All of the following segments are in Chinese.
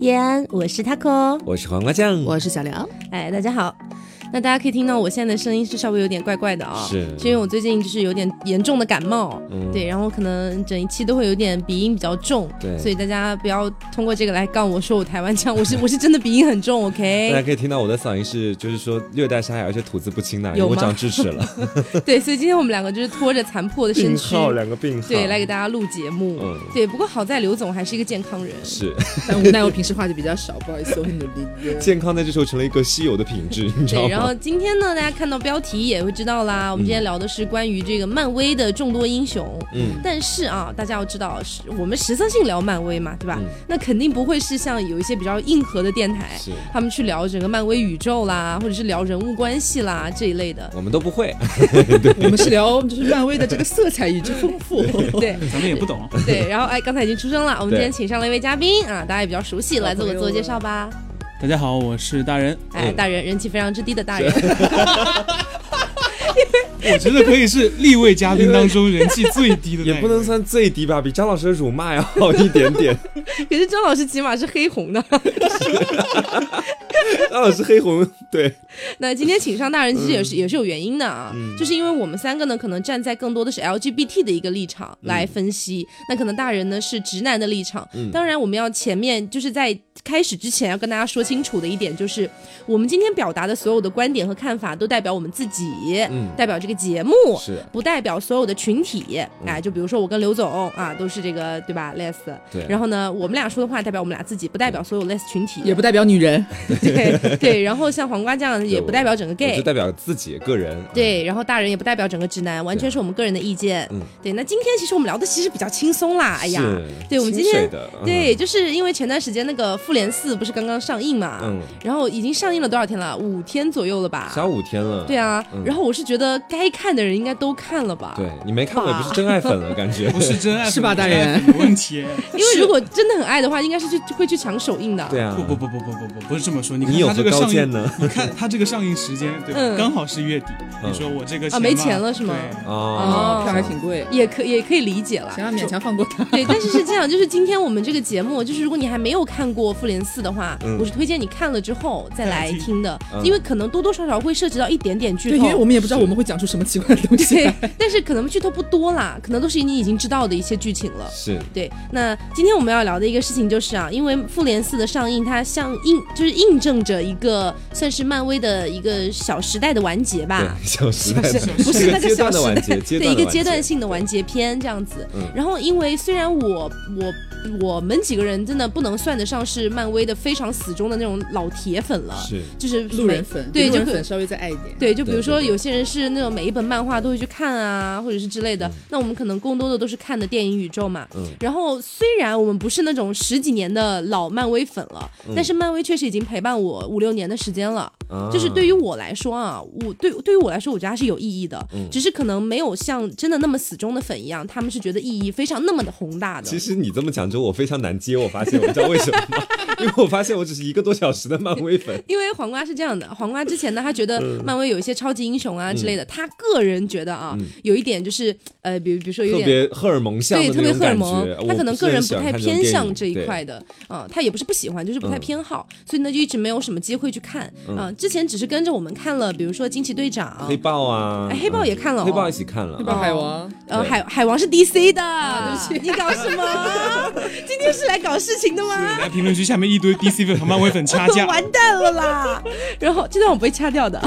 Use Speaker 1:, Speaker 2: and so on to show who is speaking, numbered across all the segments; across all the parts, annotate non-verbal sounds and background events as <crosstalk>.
Speaker 1: 叶安，我是 taco。
Speaker 2: 我是黄瓜酱，
Speaker 3: 我是小梁，
Speaker 1: 哎，大家好。那大家可以听到我现在的声音是稍微有点怪怪的啊、
Speaker 2: 是
Speaker 1: 因为我最近就是有点严重的感冒，
Speaker 2: 嗯
Speaker 1: 对，然后可能整一期都会有点鼻音比较重，
Speaker 2: 对
Speaker 1: 所以大家不要通过这个来杠我说我台湾腔，我是 <laughs> 我是真的鼻音很重
Speaker 2: 大家
Speaker 1: ，OK？
Speaker 2: 可以听到我的嗓音是，就是说略带沙哑，而且吐字不清的，因为
Speaker 1: 有吗
Speaker 2: 我长智齿
Speaker 1: <laughs>
Speaker 2: 了，
Speaker 1: 对，所以今天我们两个就是拖着残破的身躯，
Speaker 2: 两个病号
Speaker 1: 对，来给大家录节目，
Speaker 2: 嗯
Speaker 1: 对，不过好在刘总还是一个健康人，
Speaker 2: 是
Speaker 3: 但无奈我平 <laughs> 时话就比较少，不好意思，我很努力的。
Speaker 2: 健康在这时候成了一个稀有的品质，你知道
Speaker 1: 对，然
Speaker 2: 吗
Speaker 1: 后？今天呢，大家看到标题也会知道
Speaker 3: 嗯
Speaker 1: 啦。我们今天聊的是关于这个漫威的众多英雄。
Speaker 2: 嗯，
Speaker 1: 但是啊，大家要知道，是我们实测性聊漫威嘛，对吧？
Speaker 2: 嗯
Speaker 1: 那肯定不会是像有一些比较硬核的电台，
Speaker 2: 是
Speaker 1: 他们去聊整个漫威宇宙啦，或者是聊人物关系啦这一类的。
Speaker 2: 我们都不会，
Speaker 3: <laughs> 我们是聊就是漫威的这个色彩与之丰富。
Speaker 1: <laughs> 对
Speaker 4: 咱们也不懂。
Speaker 1: 对，然后哎，刚才已经出声了，我们
Speaker 2: 对
Speaker 1: 今天请上了一位嘉宾啊，大家也比较熟悉，来自我自我介绍吧。
Speaker 4: 大家好，我是大人。
Speaker 3: 嗯
Speaker 1: 哎，大人人气非常之低的大人，
Speaker 4: 我觉得可以是历位嘉宾当中人气最低的那
Speaker 2: <laughs> 也
Speaker 4: 个，
Speaker 2: 不能算最低吧，比张老师的辱骂要好一点
Speaker 1: <laughs>
Speaker 2: 点。
Speaker 1: <laughs> 可是周老师起码是黑红的。
Speaker 2: 张老师黑红，对，
Speaker 1: 那今天请上大人其实也是、也是有原因的啊，就是因为我们三个呢，可能站在更多的是 LGBT 的一个立场来分析，那可能大人呢是直男的立场。当然，我们要前面就是在开始之前要跟大家说清楚的一点就是，我们今天表达的所有的观点和看法都代表我们自己，
Speaker 2: 嗯
Speaker 1: 代表这个节目。
Speaker 2: 是
Speaker 1: 不代表所有的群体，哎，就比如说我跟刘总啊，都是这个对吧？less，
Speaker 2: 对
Speaker 1: 然后呢，我们俩说的话代表我们俩自己，不代表所有 less 群体，
Speaker 3: 也不代表女人，
Speaker 1: 对对，然后像黄瓜酱也不代表整个
Speaker 2: 我
Speaker 1: gay
Speaker 2: 就。代表自己个人。嗯
Speaker 1: 对，然后大人也不代表整个直男，完全是我们个人的意见。
Speaker 2: 嗯
Speaker 1: 对，那今天其实我们聊的其实比较轻松啦。哎
Speaker 2: 嗯，
Speaker 1: 呀，
Speaker 2: 是
Speaker 1: 对我们今
Speaker 2: 清水
Speaker 1: 天
Speaker 2: 的，嗯
Speaker 1: 对，，就是因为前段时间那个《复联四》不是刚刚上映嘛，
Speaker 2: 嗯，
Speaker 1: 然后已经上映了多少天了？五天左右了吧？
Speaker 2: 小五天了，
Speaker 1: 啊对啊，
Speaker 2: 嗯
Speaker 1: 然后我是觉得该看的人应该都看了吧？
Speaker 2: 对，你没看过也不是真爱粉了，感觉
Speaker 4: 不是真爱，
Speaker 3: 是吧大人
Speaker 4: 有问
Speaker 3: <laughs>
Speaker 4: 题。
Speaker 1: 因为如果真的很爱的话，应该是去会去抢首映的。
Speaker 2: 对啊，
Speaker 4: 不不不不不不不，不是这么说。你
Speaker 2: 你
Speaker 4: 看
Speaker 2: 有
Speaker 4: 他
Speaker 2: 何
Speaker 4: 这个
Speaker 2: 高
Speaker 4: 上
Speaker 2: 见
Speaker 4: 映，
Speaker 2: 呢？
Speaker 4: 你看他这个上映时间对
Speaker 1: 嗯
Speaker 4: 吧？刚好是月底。
Speaker 2: 嗯
Speaker 4: 你说我这个
Speaker 1: 啊没
Speaker 4: 嘛
Speaker 1: 钱了是吗
Speaker 4: 对
Speaker 2: 哦，
Speaker 3: 票还挺贵，
Speaker 1: 也可也可以理解了。
Speaker 3: 想要勉强放过她。
Speaker 1: <laughs> 对，但是是这样，就是今天我们这个节目，就是如果你还没有看过《复联四》的话，
Speaker 2: 嗯
Speaker 1: 我是推荐你看了之后再来听的，
Speaker 2: 嗯
Speaker 1: 因为可能多多少少会涉及到一点点剧
Speaker 3: 对，因为我
Speaker 1: 透。
Speaker 3: 们也不知道我们会讲出什么奇怪的东西啊
Speaker 1: 对
Speaker 3: 来。，
Speaker 1: 但是可能剧透不多啦，可能都是你已经知道的一些剧情了。
Speaker 2: 是
Speaker 1: 对，那今天我们要聊的一个事情就是啊，因为《复联四》的上映，它像印就是印证着一个算是漫威的一个小时代的完结吧。
Speaker 2: 对， <laughs> 小时代的，
Speaker 1: 不是
Speaker 2: 这
Speaker 1: 那
Speaker 2: 个
Speaker 1: 个
Speaker 2: 阶
Speaker 1: 小
Speaker 2: 段的
Speaker 1: 时
Speaker 2: 完
Speaker 1: 代，
Speaker 2: 结，阶
Speaker 1: 对
Speaker 2: 段
Speaker 1: 一个
Speaker 2: 的
Speaker 1: 阶
Speaker 2: 完
Speaker 1: 段
Speaker 2: 结
Speaker 1: 性的完结篇这样子。
Speaker 2: 嗯
Speaker 1: 然后，因为虽然我我我们几个人真的不能算得上是漫威的非常死忠的那种老铁粉了，
Speaker 2: 是
Speaker 1: 就是每
Speaker 3: <laughs> 路人粉，
Speaker 1: 对，
Speaker 3: 路
Speaker 1: 就
Speaker 3: 人
Speaker 1: 可
Speaker 3: 粉稍微再爱一点。
Speaker 1: 对，就比如
Speaker 2: 对
Speaker 1: 说
Speaker 2: 对对
Speaker 1: 有些人是那种每一本漫画都会去看啊，或者是之类的。那我们可能更多的都是看的电影宇宙嘛。
Speaker 2: 嗯
Speaker 1: 然后虽然我们不是那种十几年的老漫威粉了，
Speaker 2: 嗯
Speaker 1: 但是漫威确实已经陪伴我五六年的时间了。
Speaker 2: 啊
Speaker 1: 就是对于我来说啊，我对对于我来说，我觉得它是有意义的，
Speaker 2: 嗯
Speaker 1: 只是可能没有像真的那么死忠的粉一样，他们是觉得意义非常那么的宏大的
Speaker 2: 其。实你这么讲之后，我非常难接。我发现，我知道为什么 <laughs> 吗？因为我发现我只是一个多小时的漫威粉。
Speaker 1: 因为黄瓜是这样的，黄瓜之前呢，他觉得
Speaker 2: 嗯
Speaker 1: 漫威有一些超级英雄啊之类的，他个人觉得啊，有一点就是呃，比如比如说 <laughs> 有
Speaker 2: 嗯特
Speaker 1: 点。
Speaker 2: 别荷尔蒙像的
Speaker 1: 对，特别
Speaker 2: 那种
Speaker 1: 荷尔
Speaker 2: 感
Speaker 1: 蒙
Speaker 2: 觉，，
Speaker 1: 他
Speaker 2: 我
Speaker 1: 可能
Speaker 2: 是
Speaker 1: 个
Speaker 2: 很
Speaker 1: 人
Speaker 2: 喜
Speaker 1: 不
Speaker 2: 欢
Speaker 1: 太
Speaker 2: 看
Speaker 1: 偏
Speaker 2: 这种
Speaker 1: 向
Speaker 2: 电
Speaker 1: 这
Speaker 2: 影嗯
Speaker 1: 一块。的，啊、他也不是不喜欢，就是不太偏好，所以呢就一直没有什么机会去看，啊、之前只是跟着我们看了，比如说惊奇队长
Speaker 2: 对，黑豹啊，
Speaker 1: 哎黑豹也看了哦
Speaker 2: 黑豹一起看了，黑
Speaker 3: 海王，
Speaker 1: 呃，
Speaker 2: 对
Speaker 1: 海海王是 DC 的，你搞什么？今天是来搞事情的吗？
Speaker 4: 来评论区下面一堆 DC 粉和漫威粉掐
Speaker 1: <laughs>
Speaker 4: 架，
Speaker 1: 完蛋了啦！然后这段我不会掐掉的。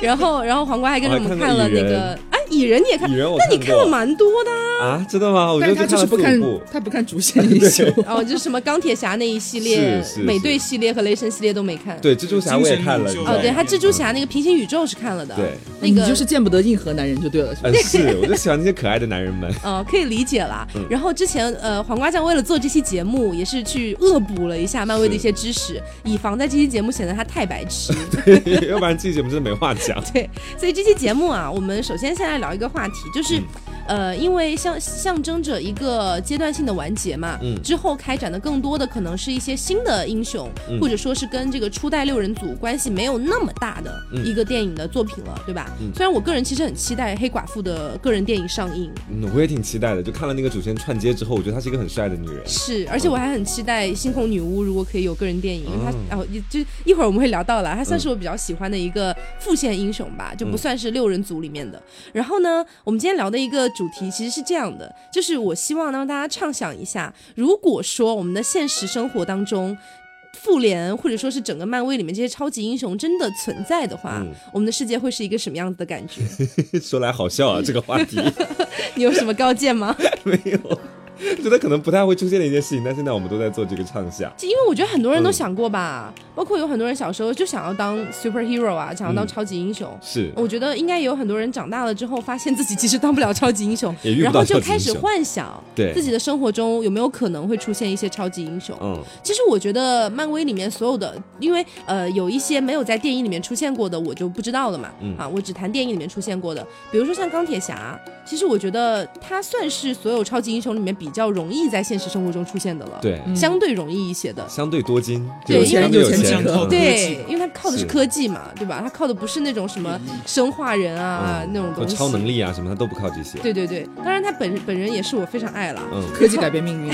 Speaker 1: 然后，然后黄瓜还跟着我们看了那个，哎，蚁人你也看，
Speaker 2: 蚁人我
Speaker 1: 那你
Speaker 2: 看
Speaker 1: 看了
Speaker 2: 过
Speaker 1: 蛮多的啊。
Speaker 2: 啊，真的吗？我
Speaker 3: 但
Speaker 2: 就是
Speaker 3: 他就是
Speaker 2: 了
Speaker 3: 不
Speaker 2: 四
Speaker 3: 看
Speaker 2: 五部，
Speaker 3: 他不看主线英雄，
Speaker 1: 哦，就是什么钢铁侠那一系列
Speaker 2: 是是、是
Speaker 1: 美队系列和雷神系列都没看。
Speaker 2: 对，蜘蛛侠我也
Speaker 3: <laughs>
Speaker 2: 看了，你知
Speaker 4: 精神
Speaker 2: 道
Speaker 4: 领袖
Speaker 1: 哦，
Speaker 2: 吗
Speaker 1: 对他蜘蛛侠那个平行宇宙是看了的。
Speaker 2: 对，
Speaker 1: <laughs> 那个
Speaker 3: 你就是见不得硬核男人就对了。是吧
Speaker 2: 嗯，是，我就喜欢那些可爱的男
Speaker 1: <laughs>
Speaker 2: 人们。 <laughs>
Speaker 1: 呃，可以理解啦。
Speaker 2: 嗯
Speaker 1: 然后之前呃，黄瓜酱为了做这期节目，也是去恶补了一下漫威的一些知识，以防在这期节目显得
Speaker 2: <laughs>
Speaker 1: 他太白痴。
Speaker 2: 要不然这期节目真的没话讲。
Speaker 1: 对，所以这期节目啊，我们首先先来聊一个话题，就是。
Speaker 2: 嗯
Speaker 1: 呃，因为象象征着一个阶段性的完结嘛，
Speaker 2: 嗯
Speaker 1: 之后开展的更多的可能是一些新的英雄，
Speaker 2: 嗯
Speaker 1: 或者说是跟这个初代六人组关系没有那么大的一个电影的作品了，对吧？
Speaker 2: 嗯
Speaker 1: 虽然我个人其实很期待黑寡妇的个人电影上映，
Speaker 2: 嗯，我也挺期待的。就看了那个主线串接之后，我觉得她是一个很帅的女人。
Speaker 1: 是，而且我还很期待《星空女巫》如果可以有个人电影，因为她，然后也就一会儿我们会聊到了，她算是我比较喜欢的一个副线英雄吧，就不算是六人组里面的。然后呢，我们今天聊的一个主题其实是这样的，就是我希望让大家畅想一下，如果说我们的现实生活当中。复联或者说是整个漫威里面这些超级英雄真的存在的话，
Speaker 2: 嗯
Speaker 1: 我们的世界会是一个什么样子的感觉？ <laughs>
Speaker 2: 说来好笑啊，这个话题 <laughs>
Speaker 1: 你有什么高见吗？
Speaker 2: 没有。觉得可能不太会出现的一件事情，但现在我们都在做这个畅想。
Speaker 1: 因为我觉得很多
Speaker 2: 嗯
Speaker 1: 人都想过吧，包括有很多人小时候就想要当 superhero 啊，想要
Speaker 2: 嗯
Speaker 1: 当超级英雄。
Speaker 2: 是，
Speaker 1: 我觉得应该也有很多人长大了之后，发现自己其实当不了超级英雄，
Speaker 2: 也遇
Speaker 1: 然
Speaker 2: 不
Speaker 1: 后
Speaker 2: 到
Speaker 1: 就
Speaker 2: 超级
Speaker 1: 开
Speaker 2: 英
Speaker 1: 始
Speaker 2: 雄。
Speaker 1: 幻想
Speaker 2: 对
Speaker 1: 自己的生活中有没有可能会出现一些超级英雄。
Speaker 2: 嗯
Speaker 1: 其实我觉得漫威里面所有的，因为呃有一些没有在电影里面出现过的，我就不知道了嘛。
Speaker 2: 嗯
Speaker 1: 啊，我只谈电影里面出现过的，比如说像钢铁侠，其实我觉得他算是所有超级英雄里面比较容易在现实生活中出现的了，，
Speaker 2: 对，
Speaker 4: 哎
Speaker 3: 嗯
Speaker 1: 相对容易一些的。
Speaker 2: 相对多金，
Speaker 1: 对
Speaker 2: 就
Speaker 1: 因为
Speaker 2: 相对有
Speaker 3: 有钱
Speaker 2: 钱
Speaker 3: 可
Speaker 2: 嗯
Speaker 1: 对，因为它靠的是
Speaker 2: 是
Speaker 1: 科技嘛，对吧？它靠的不是那种什么生化人啊、那种
Speaker 2: 或
Speaker 1: 东西。
Speaker 2: 嗯超能力啊什么，他都不靠这些。
Speaker 1: 对对对，当然他本本人也是我非常爱了。
Speaker 2: 嗯，
Speaker 3: 科技改变
Speaker 1: <laughs>
Speaker 3: 命运，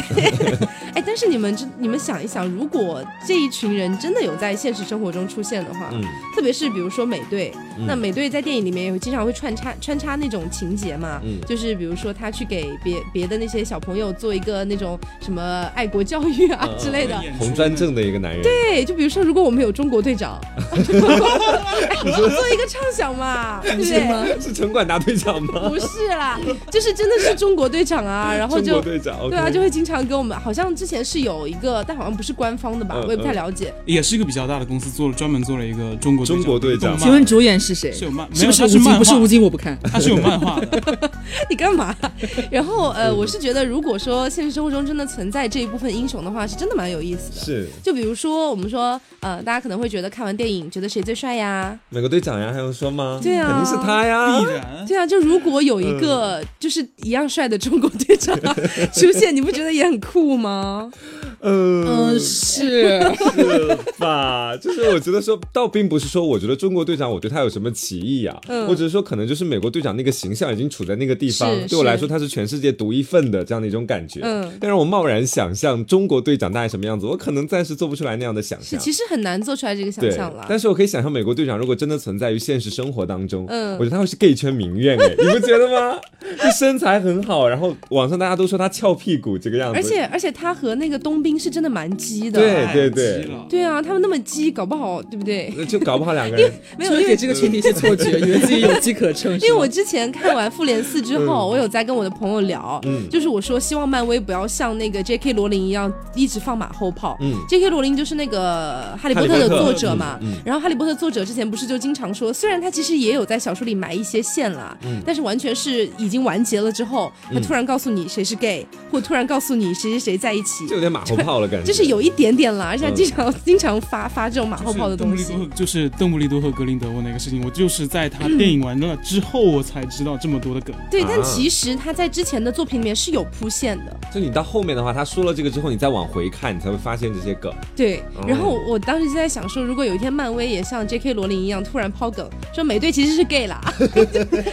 Speaker 1: 哎，但是你们知你们想一想，如果这一群人真的有在现实生活中出现的话，
Speaker 2: 嗯
Speaker 1: 特别是比如说美队，
Speaker 2: 嗯
Speaker 1: 那美队在电影里面也会经常会穿插穿插那种情节嘛，
Speaker 2: 嗯
Speaker 1: 就是比如说他去给别别的那些小朋友做一个那种什么爱国教育啊、
Speaker 2: 嗯
Speaker 1: 之类的。
Speaker 2: 红砖正的一个男人，
Speaker 1: 对，就比如说，如果我们有中国队
Speaker 2: <laughs>
Speaker 1: 长，哎我做一个畅想嘛，对不
Speaker 3: 是
Speaker 1: 对？
Speaker 3: 吗？
Speaker 2: 是城管大队长吗？
Speaker 1: 不是啦，就是真的是中国队长啊，然后
Speaker 2: 中国
Speaker 1: 就。
Speaker 2: 队长，
Speaker 1: 对啊，
Speaker 2: OK
Speaker 1: 就会经常跟我们，好像之前是有一个，但好像不是官方的吧，
Speaker 2: 嗯
Speaker 1: 我也不太了解。 <laughs>
Speaker 4: 也是一个比较大的公司，做了专门做了一个中国
Speaker 2: 中国队长
Speaker 4: 动漫
Speaker 3: 请问主演是谁？
Speaker 4: 是有漫，没
Speaker 3: 是
Speaker 4: 有
Speaker 3: 不是
Speaker 4: 它
Speaker 3: 吴
Speaker 4: 是漫
Speaker 3: 京？
Speaker 4: 画，
Speaker 3: 不是吴京，我不看。
Speaker 4: 它是有漫
Speaker 3: <laughs>
Speaker 4: 画的，
Speaker 1: 你干嘛？啊然后呃，
Speaker 2: 嗯
Speaker 1: 我是觉得，如果说现实生活中真的存在这一部分英雄的话，是真的蛮有意思的。
Speaker 2: 是
Speaker 1: 就比如说，我们说，呃，大家可能会觉得看完电影，觉得谁最帅呀？
Speaker 2: 美国队长呀，还用说吗？
Speaker 1: 对啊
Speaker 2: 肯定是他呀
Speaker 4: 必。然。
Speaker 1: 对啊，就如果有
Speaker 2: 嗯
Speaker 1: 一个就是一样帅的中国队
Speaker 2: <laughs>
Speaker 1: 长出现，你不觉得也很酷吗？
Speaker 2: 嗯，
Speaker 1: 呃
Speaker 3: 嗯，是。 <laughs>
Speaker 2: 是吧？就是我觉得说，倒并不是说我觉得中国队长我对他有什么歧义啊，
Speaker 1: 嗯
Speaker 2: 我只是说可能就是美国队长那个形象已经处在那个地方
Speaker 1: 是，
Speaker 2: 对我来
Speaker 1: 是
Speaker 2: 说他是全世界独一份的这样的一种感觉。
Speaker 1: 嗯
Speaker 2: 但是我贸然想象中国队长大概什么样子，我可能暂时做不出来那样的想
Speaker 1: 是，
Speaker 2: 象。
Speaker 1: 其实很难做出来这个想
Speaker 2: 啊对
Speaker 1: 象，了。
Speaker 2: 但是我可以想象美国队长如果真的存在于现实生活当中，
Speaker 1: 嗯
Speaker 2: 我觉得他会是 gay 圈名媛
Speaker 1: <laughs>
Speaker 2: 哎，你不觉得吗？就身材很好，然后网上大家都说他翘屁股这个样子，
Speaker 1: 而且而且他和那个冬兵是真的蛮鸡的。
Speaker 2: 对对
Speaker 4: 太
Speaker 2: 对
Speaker 4: 急了
Speaker 1: 对啊，他们那么鸡，搞不好对不对？
Speaker 2: 呃就搞不好两个人
Speaker 1: 没有，
Speaker 3: 就是
Speaker 1: 因
Speaker 3: 给
Speaker 1: 为
Speaker 3: 这个群体一些
Speaker 1: <laughs>
Speaker 3: 错觉，以为自己有机可乘。
Speaker 1: 因为
Speaker 3: 是吗
Speaker 1: 我之前看完《复联四》之后，我有在跟我的朋友聊，
Speaker 2: 嗯
Speaker 1: 就是我说希望漫威不要像那个 J.K. 罗琳一样一直放马后炮。
Speaker 2: 嗯
Speaker 1: J.K. 罗琳就是那个《哈利波特》
Speaker 2: 哈利
Speaker 1: 的
Speaker 2: 波特
Speaker 1: 作者嘛，
Speaker 2: 嗯嗯
Speaker 1: 然后《哈利波特》作者之前不是就经常说，虽然他其实也有在小说里埋一些线啦，
Speaker 2: 嗯
Speaker 1: 但是完全是已经完结了之后，他突然告诉你谁是 gay，、或突然告诉你谁谁谁在一起
Speaker 2: 就，有点马后炮了感觉，
Speaker 1: 就是有一点点啦，而且他经常、经常发发这种马后炮的东
Speaker 4: 就是
Speaker 1: 西
Speaker 4: 邓布利。多和就是邓布利多和格林德沃那个事情，我就是在他电影完了之后，我才知道这么多的梗。
Speaker 1: 对，但
Speaker 2: 啊
Speaker 1: 其实他在之前的作品里面是有铺线的，
Speaker 2: 就你到后面的话，他说了这个之后，你再往回看，你才会发现这些梗。
Speaker 1: 对，然后
Speaker 2: 哦
Speaker 1: 我当时就在想说，如果有一天漫威也像 J.K. 罗琳一样突然抛梗，说美队其实是 gay
Speaker 2: <laughs>
Speaker 1: 啦，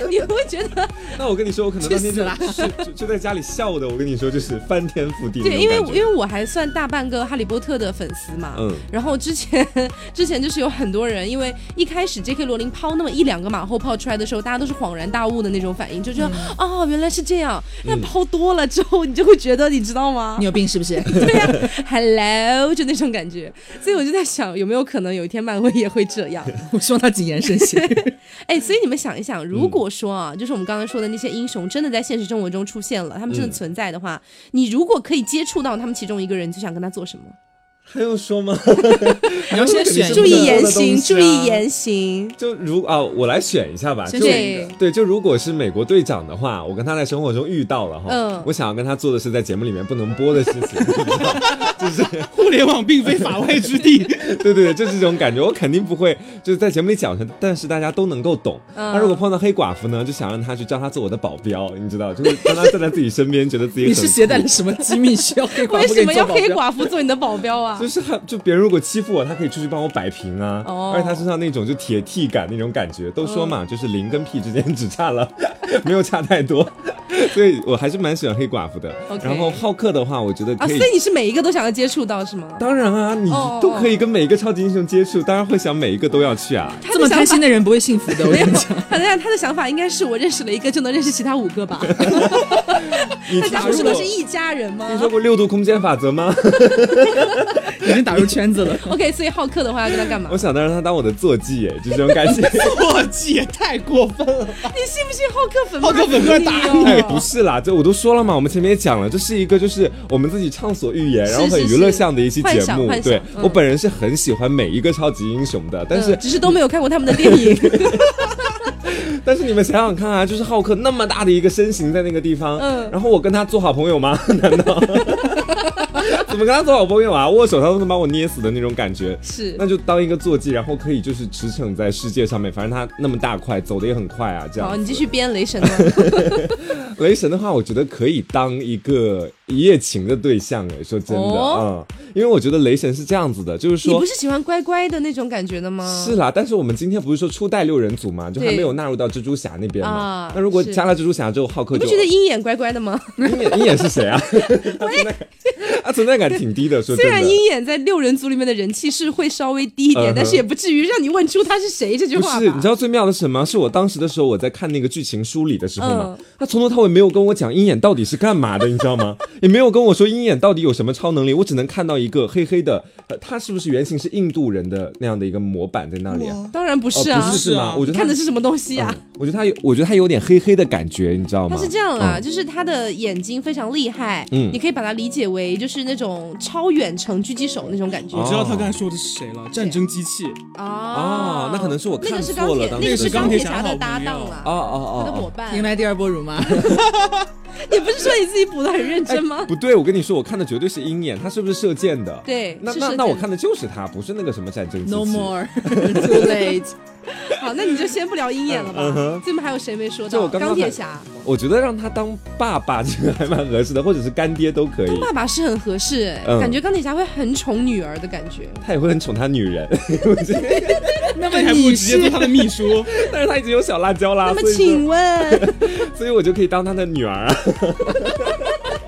Speaker 1: 你会觉得
Speaker 2: 那我跟你说，我可能当天
Speaker 3: 去死
Speaker 2: 就
Speaker 3: 啦
Speaker 2: 就就就在家里笑的，我跟你说，就是翻天覆地那种
Speaker 1: 对，因为
Speaker 2: 感觉
Speaker 1: 因为我还算大半个哈利波特的粉丝嘛。
Speaker 2: 嗯
Speaker 1: 然后之前 <laughs> 之前就是有很多人，因为一开始 J.K. 罗琳抛那么一两个马后炮出来的时候，大家都是恍然大悟的那种反应，就觉得、
Speaker 2: 嗯
Speaker 1: 哦原来是这样。但抛多了之后，你就会觉得你知道吗？
Speaker 3: 你有病是不是？ <laughs>
Speaker 1: <laughs> 对呀、h e l l o 就那种感觉。所以我就在想，有没有可能有一天漫威也会这
Speaker 2: <laughs>
Speaker 1: 样？
Speaker 3: 我希望他谨言慎
Speaker 1: <laughs>
Speaker 3: 行。
Speaker 1: 哎，所以你们想一想，如果说啊，
Speaker 2: 嗯
Speaker 1: 就是我们刚刚说的那些英雄真的在现实生活中出现了，他们真的
Speaker 2: 嗯
Speaker 1: 存在的话，你如果可以接触到他们其中一个人，你最想跟他做什么？
Speaker 2: 还用说吗？
Speaker 3: 你 <laughs> 要先
Speaker 2: 哎
Speaker 3: 选一个，
Speaker 1: 注意言行，
Speaker 2: 东西
Speaker 1: 注
Speaker 2: 啊
Speaker 1: 意言行。
Speaker 2: 就如啊，我来选一下吧。
Speaker 3: 先
Speaker 2: 就
Speaker 3: 选一个
Speaker 1: 对。
Speaker 2: 对，就如果是美国队长的话，我跟他在生活中遇到了哈，
Speaker 1: 嗯
Speaker 2: 我想要跟他做的是在节目里面不能播的事情， <laughs>
Speaker 4: 互联网并非法外之地，
Speaker 2: 对对对，就这种感觉，我肯定不会就是在节目里讲成，但是大家都能够懂。
Speaker 1: 嗯
Speaker 2: 那如果碰到黑寡妇呢，就想让她去叫她做我的保镖，你知道，就是让她站在自己身边，觉得自己
Speaker 3: 你
Speaker 2: 很
Speaker 3: 是携带了什么机密需要黑寡
Speaker 1: 为
Speaker 3: 妇
Speaker 1: 什
Speaker 3: 给你
Speaker 1: 么
Speaker 3: 做
Speaker 1: 要
Speaker 3: 保
Speaker 1: 黑
Speaker 3: 镖？
Speaker 1: 寡妇做你的保镖 <laughs> 啊
Speaker 2: 就？是他，就别人如果欺负我，他可以出去帮我摆平啊。
Speaker 1: 哦嗯
Speaker 2: 而且他身上那种就铁 T 感那种感觉，都说嘛，就是零跟屁之间只差了， <laughs> 没有差太多。 <laughs> 所以我还是蛮喜欢黑寡妇的。
Speaker 1: OK
Speaker 2: 然后浩克的话，我觉得
Speaker 1: 啊，
Speaker 2: 可
Speaker 1: 所
Speaker 2: 以。
Speaker 1: 以你是每一个都想要接触到是吗？
Speaker 2: 当然啊，你
Speaker 1: 哦哦
Speaker 2: 都可以跟每一个超级英雄接触，当然会想每一个都要去啊。
Speaker 1: 他
Speaker 3: 这
Speaker 1: 的
Speaker 3: 么
Speaker 1: 想
Speaker 3: 贪
Speaker 1: 法 <laughs>
Speaker 3: 心的人不会幸福的，我
Speaker 1: 没有
Speaker 3: 跟你讲。， <laughs>
Speaker 1: 他的他的想法应该是我认识了一个就能认识其他五 <laughs> 个吧？
Speaker 2: 你
Speaker 1: 大
Speaker 2: 听
Speaker 1: 家
Speaker 2: 说
Speaker 1: 不是
Speaker 2: 过
Speaker 1: 都是一家人 <laughs> 吗
Speaker 2: 听说过六度空间法则吗？ <laughs>
Speaker 3: 已经打入圈子了。
Speaker 1: ？OK，所以浩克的话要跟他干嘛
Speaker 2: 我？想到让他当我的坐骑，哎，就这种感
Speaker 1: <laughs>
Speaker 2: 觉。
Speaker 4: 我计也太过分了吧！
Speaker 1: 你信不信浩克粉？哦
Speaker 4: 浩克粉会打
Speaker 1: 啊
Speaker 4: 你
Speaker 2: 哎，不是啦，这我都说了嘛，我们前面也讲了，这是一个就是我们自己畅所欲言，
Speaker 1: 是
Speaker 2: 然后很娱乐向的一期节
Speaker 1: 是是幻
Speaker 2: 目
Speaker 1: 想。幻
Speaker 2: 对
Speaker 1: 想、嗯
Speaker 2: 我本人是很喜欢每一个超级英雄的，但是、
Speaker 1: 嗯只是都没有看过他们的电 <laughs> 影。
Speaker 2: 但是你们想想看啊，就是浩克那么大的一个身形在那个地方，
Speaker 1: 嗯
Speaker 2: 然后我跟他做好朋友吗？ <laughs> 难道？怎么跟他做好朋友啊？握手他都能把我捏死的那种感觉。
Speaker 1: 是
Speaker 2: 那就当一个坐骑，然后可以就是驰骋在世界上面，反正他那么大块，走的也很快啊，这样。
Speaker 1: 好，你继续编雷神呢？啊 <laughs>
Speaker 2: 雷神的话，我觉得可以当一个一夜情的对象哎，说真的，
Speaker 1: 哦
Speaker 2: 嗯，因为我觉得雷神是这样子的，就是
Speaker 1: 你
Speaker 2: 说
Speaker 1: 不。是喜欢乖乖的那种感觉的吗？
Speaker 2: 是啦，但是我们今天不是说初代六人组嘛，就还
Speaker 1: 对
Speaker 2: 没有纳入到蜘蛛侠那边嘛
Speaker 1: 啊。
Speaker 2: 那如果
Speaker 1: 是
Speaker 2: 加了蜘蛛侠之后，浩克
Speaker 1: 你
Speaker 2: 就
Speaker 1: 不觉得鹰眼乖乖的 <laughs> 吗？
Speaker 2: 鹰眼鹰眼
Speaker 1: <laughs>
Speaker 2: 是谁啊？ <laughs> 他存在感他存在感挺低的，说
Speaker 1: 虽
Speaker 2: 真
Speaker 1: 然
Speaker 2: 的。
Speaker 1: 鹰眼在六人组里面的人气是会稍微低一
Speaker 2: 嗯
Speaker 1: 点，
Speaker 2: 哼
Speaker 1: 但是也不至于让你问出他是谁这句
Speaker 2: 不
Speaker 1: 话
Speaker 2: 是，你知
Speaker 1: 吧。
Speaker 2: 道最妙的是什么？是我当时的时候，我在看那个剧情梳理的时候嘛
Speaker 1: 嗯，
Speaker 2: 他从头到尾没有跟我讲鹰眼到底是干嘛 <laughs> 的，你知道吗？也没有跟我说鹰眼到底有什么超能力，我只能看到一个黑黑的，呃，他是不是原型是印度人的那样的一个模板在那里啊？
Speaker 1: 当然不
Speaker 2: 哦
Speaker 1: 是啊，
Speaker 2: 不是是
Speaker 4: 是
Speaker 2: 吗？
Speaker 4: 啊
Speaker 2: 我觉得他
Speaker 1: 看的是什么东西啊？
Speaker 2: 嗯我觉得他有，我觉得他有点黑黑的感觉，你知道吗？
Speaker 1: 他是这样啦，就是他的眼睛非常厉害，
Speaker 2: 嗯
Speaker 1: 你可以把它理解为就是那种超远程狙击手那种感觉
Speaker 4: 我知道他刚才说的是谁了，战争机器。
Speaker 1: 啊
Speaker 2: 哦那可能是我看
Speaker 1: 那个是钢
Speaker 2: 错了
Speaker 1: 铁，
Speaker 2: 当
Speaker 1: 那个是
Speaker 2: 时
Speaker 4: 是
Speaker 1: 钢
Speaker 4: 钢
Speaker 1: 铁
Speaker 4: 铁
Speaker 1: 侠
Speaker 4: 侠
Speaker 1: 的
Speaker 4: 好
Speaker 1: 搭
Speaker 4: 朋友
Speaker 1: 档啦，
Speaker 2: 哦哦
Speaker 1: 他的
Speaker 2: 哦
Speaker 1: 伙伴
Speaker 3: 迎。来第二波辱 <laughs> 骂，
Speaker 1: 你不是说你自己补的很认真吗
Speaker 2: 哦，？不对，我跟你说，我看的绝对是鹰眼，他是不是射箭的？
Speaker 1: 对，
Speaker 2: 那
Speaker 1: 是
Speaker 2: 那
Speaker 1: 射
Speaker 2: 那
Speaker 1: 箭
Speaker 2: 我看的就是他，不是那个什么战争机器。
Speaker 3: No more,
Speaker 2: 哎
Speaker 3: too late。
Speaker 1: 好，那你就先不聊鹰眼了
Speaker 2: 嗯
Speaker 1: 吧
Speaker 2: 哼。
Speaker 1: 最后还有谁没说
Speaker 2: 就
Speaker 1: 到？
Speaker 2: 我刚刚
Speaker 1: 钢铁
Speaker 2: 还
Speaker 1: 侠。
Speaker 2: 我觉得让他当爸爸这个还蛮合适的，或者是干爹都可以
Speaker 1: 当。爸爸是很合适、哎
Speaker 2: 嗯
Speaker 1: 感觉钢铁侠会很宠女儿的感觉。
Speaker 2: 他也会很宠他女人， <laughs>
Speaker 3: 那
Speaker 4: 那你还不如直接做他的秘书？
Speaker 2: 但是他已 <laughs> 经有小辣椒啦，
Speaker 1: 那么
Speaker 2: 所以说
Speaker 1: 请问
Speaker 2: 所以我就可以当他的女儿啊。 <laughs>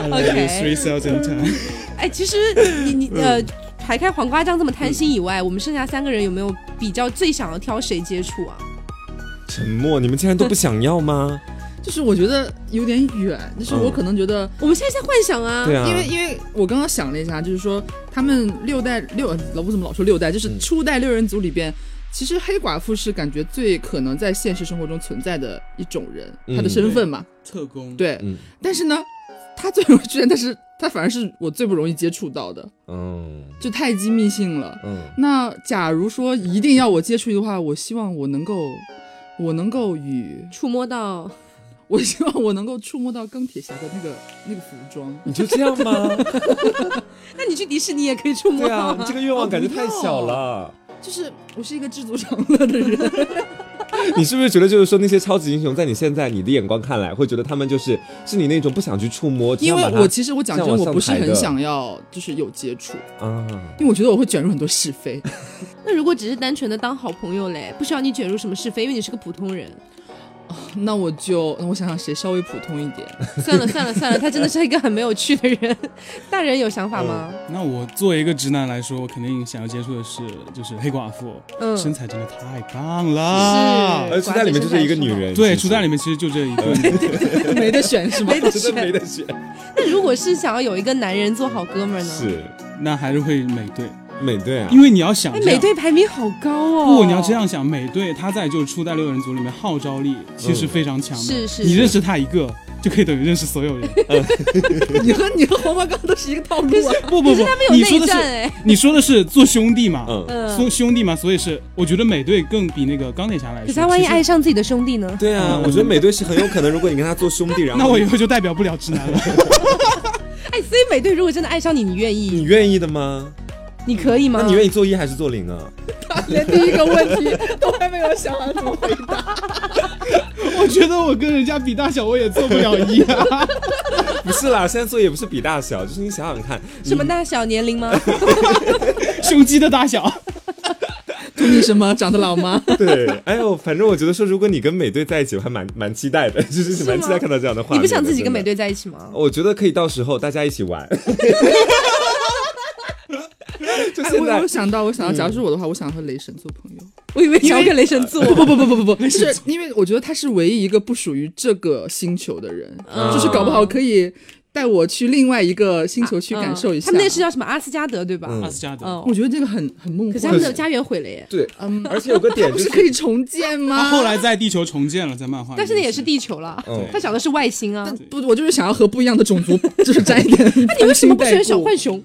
Speaker 4: I love you
Speaker 1: OK
Speaker 4: three thousand times。
Speaker 1: 哎，其实你你呃，排开黄瓜酱这么贪心以外，我们剩下三个人有没有比较最想要挑谁接触啊？
Speaker 2: 沉默，你们竟然都不想要吗？
Speaker 3: 就是我觉得有点远，就是我可能觉得，
Speaker 1: 我们现在在幻想啊，
Speaker 2: 对啊，
Speaker 3: 因为因为我刚刚想了一下，就是说他们六代六，老我怎么老说六代，就是初代六人组里边。其实黑寡妇是感觉最可能在现实生活中存在的一种人，
Speaker 2: 嗯
Speaker 3: 她的身份嘛，
Speaker 4: 特工，，
Speaker 3: 对。
Speaker 2: 嗯
Speaker 3: 但是呢，她最容易出现，但是她反而是我最不容易接触到的，
Speaker 2: 嗯
Speaker 3: 就太机密性了。
Speaker 2: 嗯，
Speaker 3: 那假如说一定要我接触的话，我希望我能够，我能够与， <laughs>
Speaker 1: 触摸到
Speaker 3: 我希望我能够触摸到钢铁侠的那个那个服装。
Speaker 2: 你就这样吗？
Speaker 1: 那你去迪士尼也可以触摸
Speaker 2: 对
Speaker 1: 到、
Speaker 2: 啊，你这个愿望感觉太小了。
Speaker 3: 就是我是一个知足常乐的人，
Speaker 2: 你是不是觉得就是说那些超级英雄在你现在你的眼光看来，会觉得他们就是是你那种不想去触摸，只
Speaker 3: 因
Speaker 2: 想
Speaker 3: 为
Speaker 2: 把它
Speaker 3: 我其实我讲真，
Speaker 2: 像往上
Speaker 3: 我不是
Speaker 2: 抬
Speaker 3: 很
Speaker 2: 的
Speaker 3: 想要就是有接触，
Speaker 2: 啊，
Speaker 3: 因为我觉得我会卷入很多是非。
Speaker 1: 那如果只是单纯的当好朋友嘞，不需要你卷入什么是非，因为你是个普通人。
Speaker 3: 那我就那我想想谁稍微普通一点，
Speaker 1: 算了算了算了，他真的是一个很没有趣的人。大人有想法吗？
Speaker 4: 那我作为一个直男来说，我肯定想要接触的是就是黑寡妇，
Speaker 1: 嗯，
Speaker 4: 身材真的太棒了。
Speaker 2: 而初代里面就是一个女人，
Speaker 4: 对，
Speaker 2: 初
Speaker 4: 初代
Speaker 2: 代
Speaker 4: 里面其实就这一个，
Speaker 3: 没得选是吗？
Speaker 1: 没得
Speaker 2: <laughs> 真的没
Speaker 1: 选。
Speaker 2: 得选，
Speaker 1: 那如果是想要有一个男人做好哥们儿呢？
Speaker 2: 是
Speaker 4: 那还是会美队。
Speaker 2: 美队啊，
Speaker 4: 因为你要想
Speaker 1: 哎，
Speaker 4: 这样
Speaker 1: 美队排名好高哦。
Speaker 4: 不，你要这样想，美队他在就初代六人组里面号召力其实非常强的，
Speaker 1: 嗯是是
Speaker 4: 你
Speaker 1: 是
Speaker 4: 认识他一个就可以等于认识所
Speaker 1: <laughs>
Speaker 4: 有人。
Speaker 3: 你和你和黄毛刚都是一个套路啊。
Speaker 1: 可
Speaker 4: 不不
Speaker 1: <laughs>
Speaker 4: 不
Speaker 1: 是他们，有
Speaker 4: 你说
Speaker 1: 内
Speaker 4: 的
Speaker 1: 战
Speaker 4: 是
Speaker 1: 哎，
Speaker 4: 你说的是做兄弟嘛，
Speaker 2: 嗯，
Speaker 1: 嗯
Speaker 4: 做，兄弟嘛，所以是我觉得美队更比那个钢铁侠来说，
Speaker 1: 可是他万一
Speaker 4: 其实
Speaker 1: 爱上自己的兄弟呢？
Speaker 2: 对啊，
Speaker 4: 嗯
Speaker 2: 我觉得美队是很有可能，如果你跟他做兄弟，然后
Speaker 4: <laughs> 那我以后就代表不了直男了。 <laughs>
Speaker 1: 哎，所以美队如果真的爱上你，你愿
Speaker 2: 你
Speaker 1: 意？
Speaker 2: 愿意的吗？
Speaker 1: 你可以吗？
Speaker 2: 那你愿意做一还是做零啊？
Speaker 3: 连第一个问题都还没有想好怎么回答。
Speaker 4: 我觉得我跟人家比大小，我也做不了一
Speaker 1: <laughs>
Speaker 4: 啊。
Speaker 2: 不是啦，现在做也不是比大小，就是你想想看，
Speaker 1: 什么大小年龄吗？
Speaker 4: 胸肌的大小，
Speaker 3: 祝你什么长得老吗？
Speaker 2: 对，哎呦，反正我觉得说，如果你跟美队在一起，我还蛮蛮期待的， <laughs> 就是蛮期待看到这样的画面的。
Speaker 1: 你不想自己跟
Speaker 2: 真的
Speaker 1: 美？队在一起吗？
Speaker 2: 我觉得可以到时候大家一起玩。 <laughs> 就
Speaker 3: 哎，
Speaker 2: 现
Speaker 3: 我
Speaker 2: 在
Speaker 3: 有，想到，我想到，假如是我的话，我想和雷神做朋友。
Speaker 1: 我以为你要跟雷神做。
Speaker 3: 不不不不不不， <laughs> 就是因为我觉得他是唯一一个不属于这个星球的人，
Speaker 1: 嗯
Speaker 3: 就是搞不好可以带我去另外一个星球去感受一下。
Speaker 1: 嗯啊他们那个是叫什么阿斯加德对吧？
Speaker 2: 嗯
Speaker 4: 阿斯加德。
Speaker 1: 哦，
Speaker 3: 我觉得这个很很梦幻。
Speaker 1: 可是他们的家园毁了耶。
Speaker 2: 对，而且有个点
Speaker 3: 不
Speaker 2: 就是是
Speaker 3: 可以重建
Speaker 4: 他
Speaker 3: 吗？
Speaker 4: 啊后来在地球重建了，在漫画里。
Speaker 1: 但是那也是地球了
Speaker 2: 嗯，
Speaker 1: 他找的是外星啊。
Speaker 3: 不，我就是想要和不一样的种族， <laughs> 就是沾
Speaker 1: <laughs>
Speaker 3: 一点
Speaker 1: 你为
Speaker 3: 风
Speaker 1: 什
Speaker 3: 心
Speaker 1: 么不
Speaker 3: 带
Speaker 1: 选小
Speaker 3: 过。
Speaker 1: 浣熊？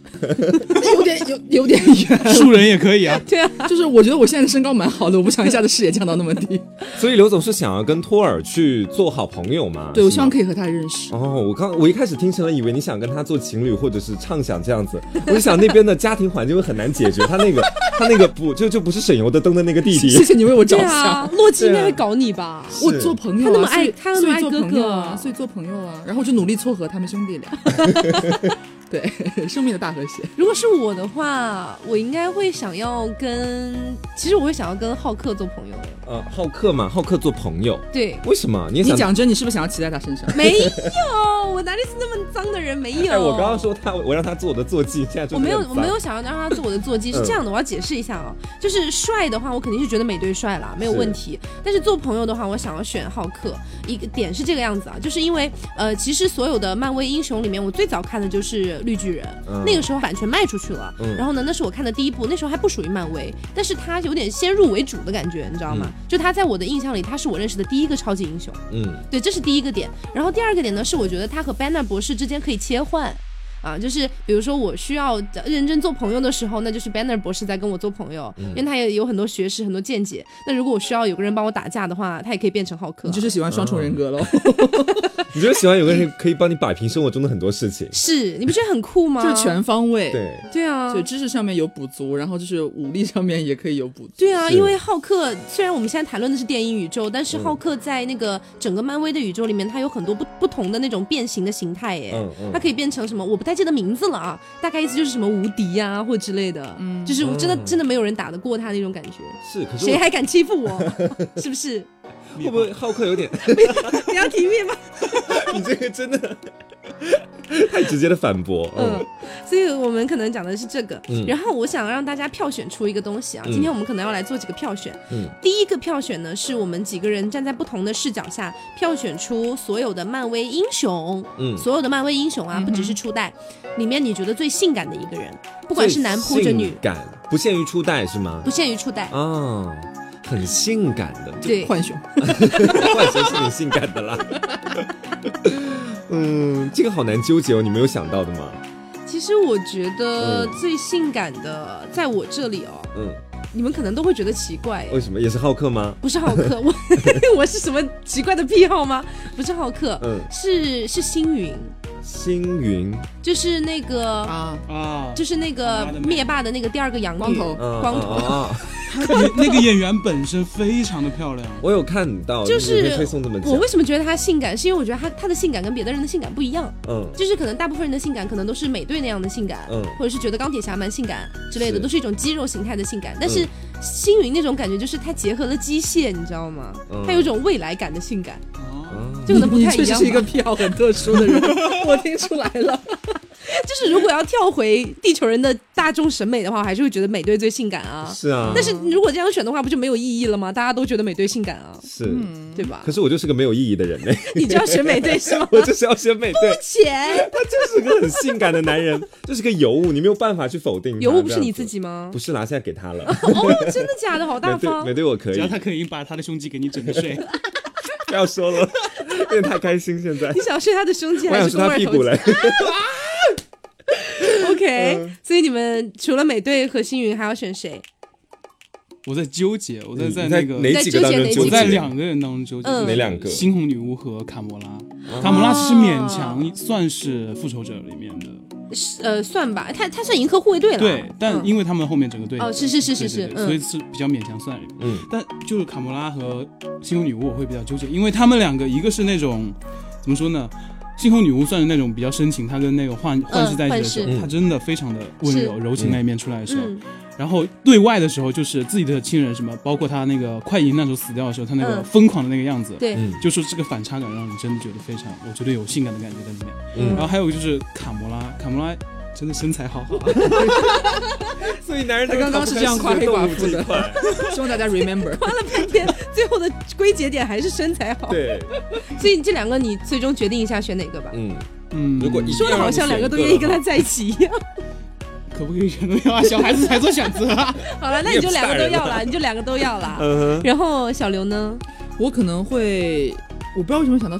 Speaker 3: 有点有有点远， <laughs>
Speaker 4: 树人也可以
Speaker 1: <laughs>
Speaker 4: 啊。
Speaker 1: 对啊，
Speaker 3: 就是我觉得我现在的身高蛮好的，我不想一下子视野降到那么低。
Speaker 2: 所以刘总是想要跟托尔去做好朋友嘛？
Speaker 3: 对，我
Speaker 2: 是
Speaker 3: 希
Speaker 2: 吗
Speaker 3: 望可以和他认识。
Speaker 2: 哦，我刚我一开始听成了，以为你想跟他做情侣，或者是畅想这样子。我就想那边的家庭环境会很难解决，他
Speaker 1: <laughs>
Speaker 2: 那个他那个不就就不是省油的灯的那个弟
Speaker 3: 谢
Speaker 2: 弟。
Speaker 3: 谢你为我着
Speaker 1: 对
Speaker 3: 想
Speaker 1: 啊。，洛基应该
Speaker 2: 对啊
Speaker 1: 会搞你吧？
Speaker 2: 是
Speaker 3: 我做朋友、啊，
Speaker 1: 他那么爱
Speaker 3: 所以
Speaker 1: 他那么爱
Speaker 3: 所以做
Speaker 1: 哥
Speaker 3: 朋
Speaker 1: 哥
Speaker 3: 友啊，所以做朋友啊，然后我就努力撮合他们兄
Speaker 1: <laughs>
Speaker 3: 弟俩。对， <laughs> 生命的大和谐。
Speaker 1: 如果是我的话，我应该会想要跟，其实我会想要跟浩克做朋友的。
Speaker 2: 呃，浩克嘛，浩克做朋友，
Speaker 1: 对，
Speaker 2: 为什么？你也
Speaker 3: 你
Speaker 2: 想？
Speaker 3: 讲真，你是不是想要骑在他身上？
Speaker 1: <laughs> 没有，我哪里是那么脏的人？没有。
Speaker 2: 哎，我刚刚说他，我让他做我的坐骑，现在就
Speaker 1: 我没有，我没有想要让他做我的坐骑，是
Speaker 2: 嗯
Speaker 1: 这样的，我要解释一下哦， <laughs> 就是帅的话，我肯定是觉得美队帅啦，没有
Speaker 2: 是
Speaker 1: 问题。但是做朋友的话，我想要选浩克。一个点是这个样子啊，就是因为呃，其实所有的漫威英雄里面，我最早看的就是绿巨人，
Speaker 2: 嗯
Speaker 1: 那个时候版权卖出去了，
Speaker 2: 嗯
Speaker 1: 然后呢，那是我看的第一部，那时候还不属于漫威，但是他有点先入为主的感觉，你知道吗？就他在我的印象里，他是我认识的第一个超级英雄。
Speaker 2: 嗯，
Speaker 1: 对，这是第一个点。然后第二个点呢，是我觉得他和 Banner 博士之间可以切换。啊，就是比如说我需要认真做朋友的时候，那就是 Banner 博士在跟我做朋友，
Speaker 3: 嗯
Speaker 1: 因为他也有很多学识、很多见解。那如果我需要有个人帮我打架的话，他也可以变成浩克
Speaker 3: 你
Speaker 1: 啊。
Speaker 3: 就是喜欢双重人格喽，
Speaker 2: 你就喜欢有个人可以帮你摆平生活中的很多事情。
Speaker 1: 是，你不觉得很酷吗？
Speaker 3: 就是全方位。
Speaker 2: 嗯对，
Speaker 1: 对啊，
Speaker 3: 对，知识上面有补足，然后就是武力上面也可以有补足。
Speaker 1: 对啊，
Speaker 2: 是
Speaker 1: 因为浩克虽然我们现在谈论的是电影宇宙，但
Speaker 3: 嗯
Speaker 1: 是浩克在那个整个漫威的宇宙里面，他有很多不不同的那种变形的形态耶。
Speaker 2: 嗯嗯
Speaker 1: 他可以变成什么？我不太记得名字了啊，大概意思就是什么无敌呀、或之类的。就是我真的、
Speaker 2: 嗯
Speaker 1: 真的没有人打得过他那种感觉。
Speaker 2: 是，可是
Speaker 1: 谁
Speaker 2: 我
Speaker 1: 还敢欺负
Speaker 2: <laughs>
Speaker 1: 我？是不是？
Speaker 2: 会不会浩
Speaker 1: <laughs>
Speaker 2: 克有点？
Speaker 1: 你要体面吗？
Speaker 2: 你这个真的太直接的反驳。
Speaker 1: 嗯， <laughs> 所以我们可能讲的是这个。
Speaker 2: 嗯
Speaker 1: 然后我想让大家票选出一个东西啊，
Speaker 2: 嗯
Speaker 1: 今天我们可能要来做几个票选。
Speaker 2: 嗯
Speaker 1: 第一个票选呢，是我们几个人站在不同的视角下票选出所有的漫威英雄，
Speaker 2: 嗯
Speaker 1: 所有的漫威英雄啊，不只是初代里面你觉得最性感的一个人，不管是男或者
Speaker 2: 最
Speaker 1: 女
Speaker 2: 性，感不限于初代是吗
Speaker 1: 不？限于初代。
Speaker 2: 啊，很性感的， <laughs>
Speaker 1: 对，啊
Speaker 3: 浣熊，
Speaker 2: 换谁是你性感的啦？ <laughs> 嗯，这个好难纠结哦，你没有想到的吗？
Speaker 1: 其实我觉得
Speaker 2: 嗯
Speaker 1: 最性感的，在我这里哦，
Speaker 2: 嗯，
Speaker 1: 你们可能都会觉得奇怪，
Speaker 2: 为什么也是浩克吗？
Speaker 1: 不是浩
Speaker 2: <laughs>
Speaker 1: 克，我 <laughs> 我是什么奇怪的癖好吗？不是浩克，
Speaker 2: 嗯
Speaker 1: 是是星云，
Speaker 2: 星云，
Speaker 1: 就是那个。
Speaker 3: 啊，
Speaker 4: 啊，
Speaker 1: 就是那个
Speaker 4: 妈的妹
Speaker 1: 灭霸的那个第二个洋女
Speaker 3: 光头
Speaker 2: 嗯
Speaker 1: 光头，
Speaker 2: 啊，啊
Speaker 4: 那个演员本身非常的漂亮，
Speaker 2: 我有看到，
Speaker 1: 就
Speaker 2: 你
Speaker 1: 是
Speaker 2: 被推送这么讲
Speaker 1: 我为什么觉得她性感，是因为我觉得她她的性感跟别的人的性感不一样，
Speaker 2: 嗯
Speaker 1: 就是可能大部分人的性感可能都是美队那样的性感，
Speaker 2: 嗯
Speaker 1: 或者是觉得钢铁侠蛮性感之类的，
Speaker 2: 是
Speaker 1: 都是一种肌肉形态的性感。但是
Speaker 2: 嗯
Speaker 1: 星云那种感觉就是它结合了机械，你知道吗？
Speaker 2: 嗯
Speaker 1: 它有一种未来感的性感，
Speaker 4: 啊
Speaker 2: 啊
Speaker 1: 就可能不
Speaker 3: 你
Speaker 1: 太一
Speaker 3: 确实
Speaker 1: 样
Speaker 3: 是一个
Speaker 1: 吧。
Speaker 3: 癖好很特殊的人，我听出来了。
Speaker 1: <laughs> 就是如果要跳回地球人的大众审美的话，我还是会觉得美队最性感啊。
Speaker 2: 是啊，
Speaker 1: 但是如果这样选的话，不就没有意义了吗？大家都觉得美队性感啊，
Speaker 2: 是。
Speaker 1: 对吧
Speaker 2: 可？是我就是个没有意义的人呢，？
Speaker 1: 你就要选美队是吗
Speaker 2: <laughs> 我就是要选美队，
Speaker 1: 钱
Speaker 2: 他就是个很性感的男人，就是个尤物，你没有办法去否定他。
Speaker 1: 尤物不是
Speaker 2: 这样
Speaker 1: 你
Speaker 2: 子
Speaker 1: 自己吗
Speaker 2: 不？是啦，现在给他了。
Speaker 1: 哦，真的假的？好大
Speaker 2: 美队，
Speaker 1: 方
Speaker 2: 美！队我可
Speaker 4: 只
Speaker 2: 以
Speaker 4: 要，他可以把他的胸肌给你整
Speaker 1: <laughs>
Speaker 4: 碎，
Speaker 2: <laughs> 不要说
Speaker 3: <laughs>
Speaker 2: 了，有点太开心。现在
Speaker 1: 你想睡他的胸肌
Speaker 2: 我
Speaker 1: 还
Speaker 2: 想
Speaker 1: 是
Speaker 2: 是
Speaker 1: 肱
Speaker 2: 他
Speaker 1: 二
Speaker 2: 屁
Speaker 1: 头
Speaker 2: 股嗯
Speaker 1: 肌
Speaker 2: 嘞，
Speaker 1: ？OK，所以你们除了美队和星云，还要选谁？
Speaker 4: 我在纠结，我在
Speaker 2: 你
Speaker 4: 在
Speaker 2: 在
Speaker 4: 那个，
Speaker 2: 哪几个当中
Speaker 1: 在纠结哪几个
Speaker 2: 纠
Speaker 4: 我
Speaker 2: 结？
Speaker 4: 在两个人当中纠结，
Speaker 1: 嗯
Speaker 2: 哪两个？
Speaker 4: 猩红女巫和卡魔拉，卡魔拉其实勉强算是复仇者里面的，
Speaker 1: 是呃，算吧，他他算银河护卫队了。
Speaker 4: 对，但
Speaker 1: 嗯
Speaker 4: 因为他们后面整个队
Speaker 1: 哦，是是是是是
Speaker 4: 对，对对所以
Speaker 1: 嗯，
Speaker 4: 是比较勉强算里面。
Speaker 2: 嗯，
Speaker 4: 但就是卡魔拉和猩红女巫我会比较纠结，因为他们两个一个是那种怎么说呢？猩红女巫算是那种比较深情，她跟那个幻幻视在一起的时
Speaker 2: 幻
Speaker 4: 候，
Speaker 2: 视
Speaker 4: 她真的非常的温柔柔情那一面出来的时候，
Speaker 1: 嗯
Speaker 4: 然后对外的时候就是自己的亲人什么，包括她那个快银那时候死掉的时候，她那个
Speaker 1: 嗯
Speaker 4: 疯狂的那个样子，
Speaker 1: 对，
Speaker 2: 嗯
Speaker 4: 就说这个反差感让你真的觉得非常，我觉得有性感的感觉在里面。然
Speaker 2: 嗯，
Speaker 4: 后还有就是卡魔拉，卡魔拉真的身材好好啊，
Speaker 2: 所以男人
Speaker 3: 他刚刚是这样夸黑寡妇的，希望大家 remember。
Speaker 1: 花了半天，最后的归结点还是身材好。
Speaker 2: 对，
Speaker 1: 所以这两个你最终决定一下选哪个吧。
Speaker 2: 嗯，
Speaker 4: 嗯，
Speaker 2: 如果一
Speaker 1: 说的好像两个都愿意跟他在一起一
Speaker 3: 嗯
Speaker 1: 样。
Speaker 4: 可不可以选择要小孩子才做选择啊？
Speaker 1: 好了，那你就两个都要了，你就两个都要了。
Speaker 2: 嗯哼，
Speaker 1: 然后小刘呢？
Speaker 3: 我可能会，我不知道为什么想到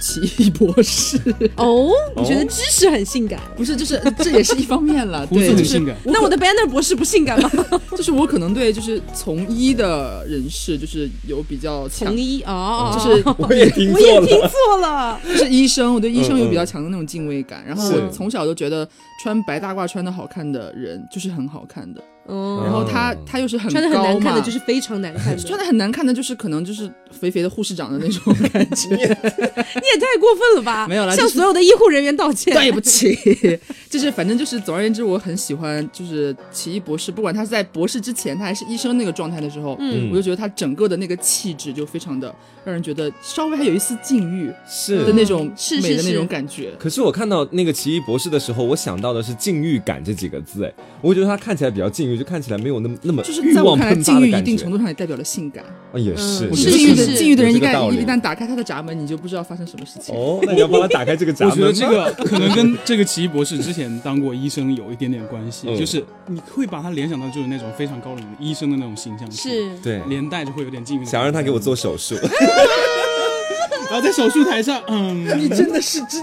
Speaker 3: 奇异博士， <laughs>
Speaker 1: 哦，你觉得知识很性感？
Speaker 3: 不是，就是这也是一方面了。
Speaker 4: 胡子
Speaker 3: 对，
Speaker 4: 很
Speaker 3: 就
Speaker 4: 性
Speaker 3: 是
Speaker 4: 感，
Speaker 1: 那我的 Banner 博士不性感 <laughs> 吗？
Speaker 3: 就是我可能对就是从医的人士就是有比较强
Speaker 1: 红，衣哦，
Speaker 3: 就是 <laughs>
Speaker 2: 我也听
Speaker 1: 我
Speaker 2: 错
Speaker 1: 也
Speaker 2: 了，
Speaker 1: 听错了。
Speaker 3: 就是医生，我对医生有比较
Speaker 2: 嗯嗯
Speaker 3: 强的那种敬畏感。然后
Speaker 2: 是
Speaker 3: 我从小就觉得穿白大褂穿的好看的人就是很好看的，
Speaker 1: 嗯，
Speaker 3: 然后他
Speaker 2: 哦
Speaker 3: 他又是很
Speaker 1: 穿的很
Speaker 3: 高
Speaker 1: 难看的
Speaker 3: 嘛
Speaker 1: 就是非常难看的，
Speaker 3: 穿的很难看的，就是可能就是肥肥的护士长的那种感
Speaker 2: <laughs>
Speaker 3: 觉，
Speaker 1: 你也哎太过分了吧？
Speaker 3: 没有啦
Speaker 1: 向
Speaker 3: 就是
Speaker 1: 所有的医护人员道 <laughs> 歉。
Speaker 3: 但也不起。 <laughs> 就是反正就是，总而言之，我很喜欢就是奇异博士，不管他是在博士之前，他还是医生那个状态的时候，
Speaker 1: 嗯
Speaker 3: 我就觉得他整个的那个气质就非常的让人觉得稍微还有一丝禁欲的
Speaker 2: 是。
Speaker 3: 那种
Speaker 1: 是是
Speaker 3: 美的
Speaker 1: 是
Speaker 3: 那种感觉。
Speaker 2: 可是我看到那个奇异博士的时候，我想到的是“禁欲感”这几个字，哎，我觉得他看起来比较禁欲，就看起来没有那么那么
Speaker 3: 就是
Speaker 2: 欲
Speaker 3: 在我
Speaker 2: 望
Speaker 3: 看来，
Speaker 2: 喷发
Speaker 3: 禁欲
Speaker 2: 的
Speaker 3: 一
Speaker 2: 感
Speaker 3: 定
Speaker 2: 觉
Speaker 3: 程。度上也代表了性感。
Speaker 2: 啊也是，
Speaker 4: 嗯
Speaker 2: 我觉
Speaker 4: 是
Speaker 2: 得
Speaker 3: 禁欲
Speaker 1: 是
Speaker 3: 的
Speaker 1: 是
Speaker 3: 禁欲的人，一
Speaker 2: 有这个道
Speaker 3: 旦
Speaker 2: 理
Speaker 3: 一旦打开他的闸门，你就不知道发生什么事情。
Speaker 2: 哦，那你要帮他打开这个闸
Speaker 4: 我
Speaker 2: 门
Speaker 4: 觉得
Speaker 2: 吗
Speaker 4: 这个可能跟这个奇异博士之前当过医生有一点点关系，
Speaker 2: 嗯
Speaker 4: 就是你会把他联想到就是那种非常高冷的医生的那种形象，
Speaker 1: 是，
Speaker 2: 对，
Speaker 4: 连带着会有点禁欲。
Speaker 2: 想让他给我，做手
Speaker 3: <laughs>
Speaker 2: 术，
Speaker 4: 然后在手术台上，嗯，
Speaker 3: 你真的是知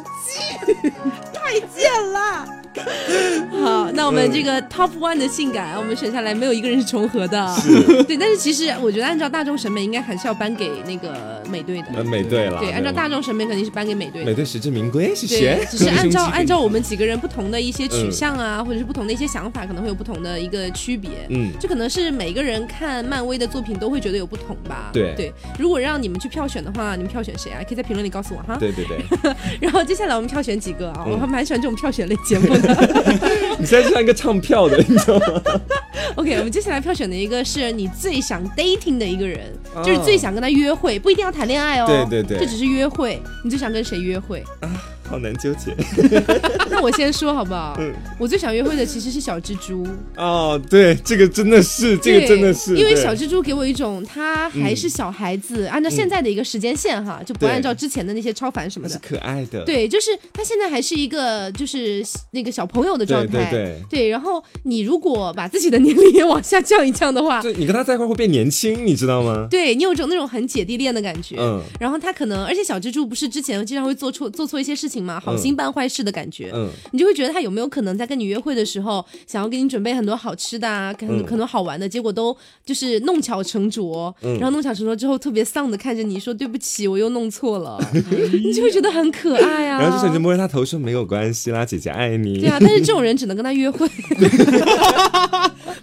Speaker 1: 见啦。 <laughs> 好，那我
Speaker 2: 嗯
Speaker 1: 们这个 top one 的性感，我们选下来没有一个人是重合的。 <laughs> 对，但是其实我觉得按照大众审美，应该还是要颁给那个美队的。
Speaker 2: 呃，美队啦，
Speaker 1: 对，按照大众审美肯定是颁给美队
Speaker 2: 美
Speaker 1: 的。
Speaker 2: 队实至名归，谢
Speaker 1: 对
Speaker 2: 谢，。 <laughs>
Speaker 1: 只是按照
Speaker 4: 胸肌给你
Speaker 1: 按照我们几个人不同的一些
Speaker 2: 嗯
Speaker 1: 取向啊，或者是不同的一些想法，可能会有不同的一个区别。
Speaker 2: 嗯，
Speaker 1: 这可能是每个人看漫威的作品都会觉得有不同吧。
Speaker 2: 对
Speaker 1: 对，如果让你们去票选的话，你们票选谁啊？可以在评论里告诉我哈。
Speaker 2: 对对 <laughs> 对，
Speaker 1: 然后接下来我们票选几个啊，
Speaker 2: 嗯
Speaker 1: 我还蛮喜欢这种票选类节目的。
Speaker 2: 你现在就像一个唱票的，你 <laughs> 知道吗？
Speaker 1: OK，我们接下来票选的一个是你最想 dating 的一个人，就是最想跟他约会，不一定要谈恋爱哦。
Speaker 2: 对哦对对
Speaker 1: 这只是约会，你最想跟谁约会？ <laughs>
Speaker 2: 好难纠结
Speaker 1: 那我先说好不好？
Speaker 2: 嗯
Speaker 1: <laughs> 我最想约会的其实是小蜘蛛，
Speaker 2: 哦。对，这个真的是， <laughs> 这
Speaker 1: 对
Speaker 2: 个真的是，
Speaker 1: 因为
Speaker 2: 对嗯
Speaker 1: 小蜘蛛给我一种他还是小孩子，按照现在的一个时间线哈，就不
Speaker 2: 对
Speaker 1: 按照之前的那些超凡什么
Speaker 2: 它是
Speaker 1: 的。
Speaker 2: 可爱的，
Speaker 1: 对，就是他现在还是一个就是那个小朋友的状
Speaker 2: 对
Speaker 1: 态，
Speaker 2: 对对。
Speaker 1: 对，然后你如果把自己的年龄也往下降一降的话，
Speaker 2: 就你跟他在一块会变年轻，你知道吗？
Speaker 1: 对你有种那种很姐弟恋的感觉。
Speaker 2: 嗯
Speaker 1: 然后他可能，而且小蜘蛛不是之前经常会做错做错一些事情嘛，好心办坏事的感觉，
Speaker 2: 嗯，
Speaker 1: 你就会觉得他有没有可能在跟你约会的时候，想要给你准备很多好吃的啊，很
Speaker 2: 嗯
Speaker 1: 很多好玩的，结果都就是弄巧成拙，
Speaker 2: 嗯
Speaker 1: 然后弄巧成拙之后特别丧的看着你说对不起，我又弄错
Speaker 2: <laughs>
Speaker 1: 了， <laughs> 你就会觉得很可爱啊。
Speaker 2: 然后这时候你就摸着他头说没有关系啦，姐姐爱你。 <laughs>
Speaker 1: 对啊，但是这种人只能跟他约会，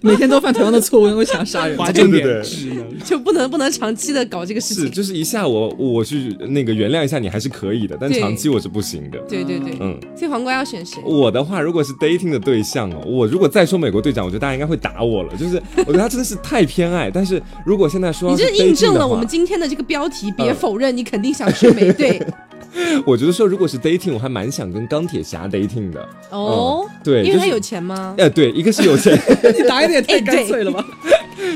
Speaker 3: 每天都犯同样的错误，会
Speaker 4: <laughs>
Speaker 3: 想杀人。
Speaker 4: 划重
Speaker 2: 对
Speaker 4: 点
Speaker 2: 对对
Speaker 4: 只能
Speaker 1: 就不能不能长期的搞这个事
Speaker 2: 是，
Speaker 1: 情。
Speaker 2: 就是一下我我去那个原谅一下你还是可以的，但
Speaker 1: 对
Speaker 2: 长期我是不行的。
Speaker 1: 对对对，
Speaker 2: 嗯，哦
Speaker 1: 所以黄瓜要选谁？
Speaker 2: 我的话，如果是 dating 的对象哦，我如果再说美国队长，我觉得大家应该会打我了。就是 <laughs> 我觉得他真的是太偏爱，但是如果现在说
Speaker 1: 你
Speaker 2: 要是
Speaker 1: 这印
Speaker 2: dating
Speaker 1: 证
Speaker 2: 的
Speaker 1: 了
Speaker 2: 话
Speaker 1: 我们今天的这个标题，别
Speaker 2: 嗯 <laughs>
Speaker 1: 否认，你肯定想去美队。
Speaker 2: 我觉得说，如果是 dating，我还蛮想跟钢铁侠 dating 的。
Speaker 1: 哦，
Speaker 2: 嗯对，
Speaker 1: 因为他
Speaker 2: 就是
Speaker 1: 有钱吗？
Speaker 2: 呃，对，一个是有钱， <laughs>
Speaker 3: 你答应的也太
Speaker 1: 哎
Speaker 3: 干脆了吧？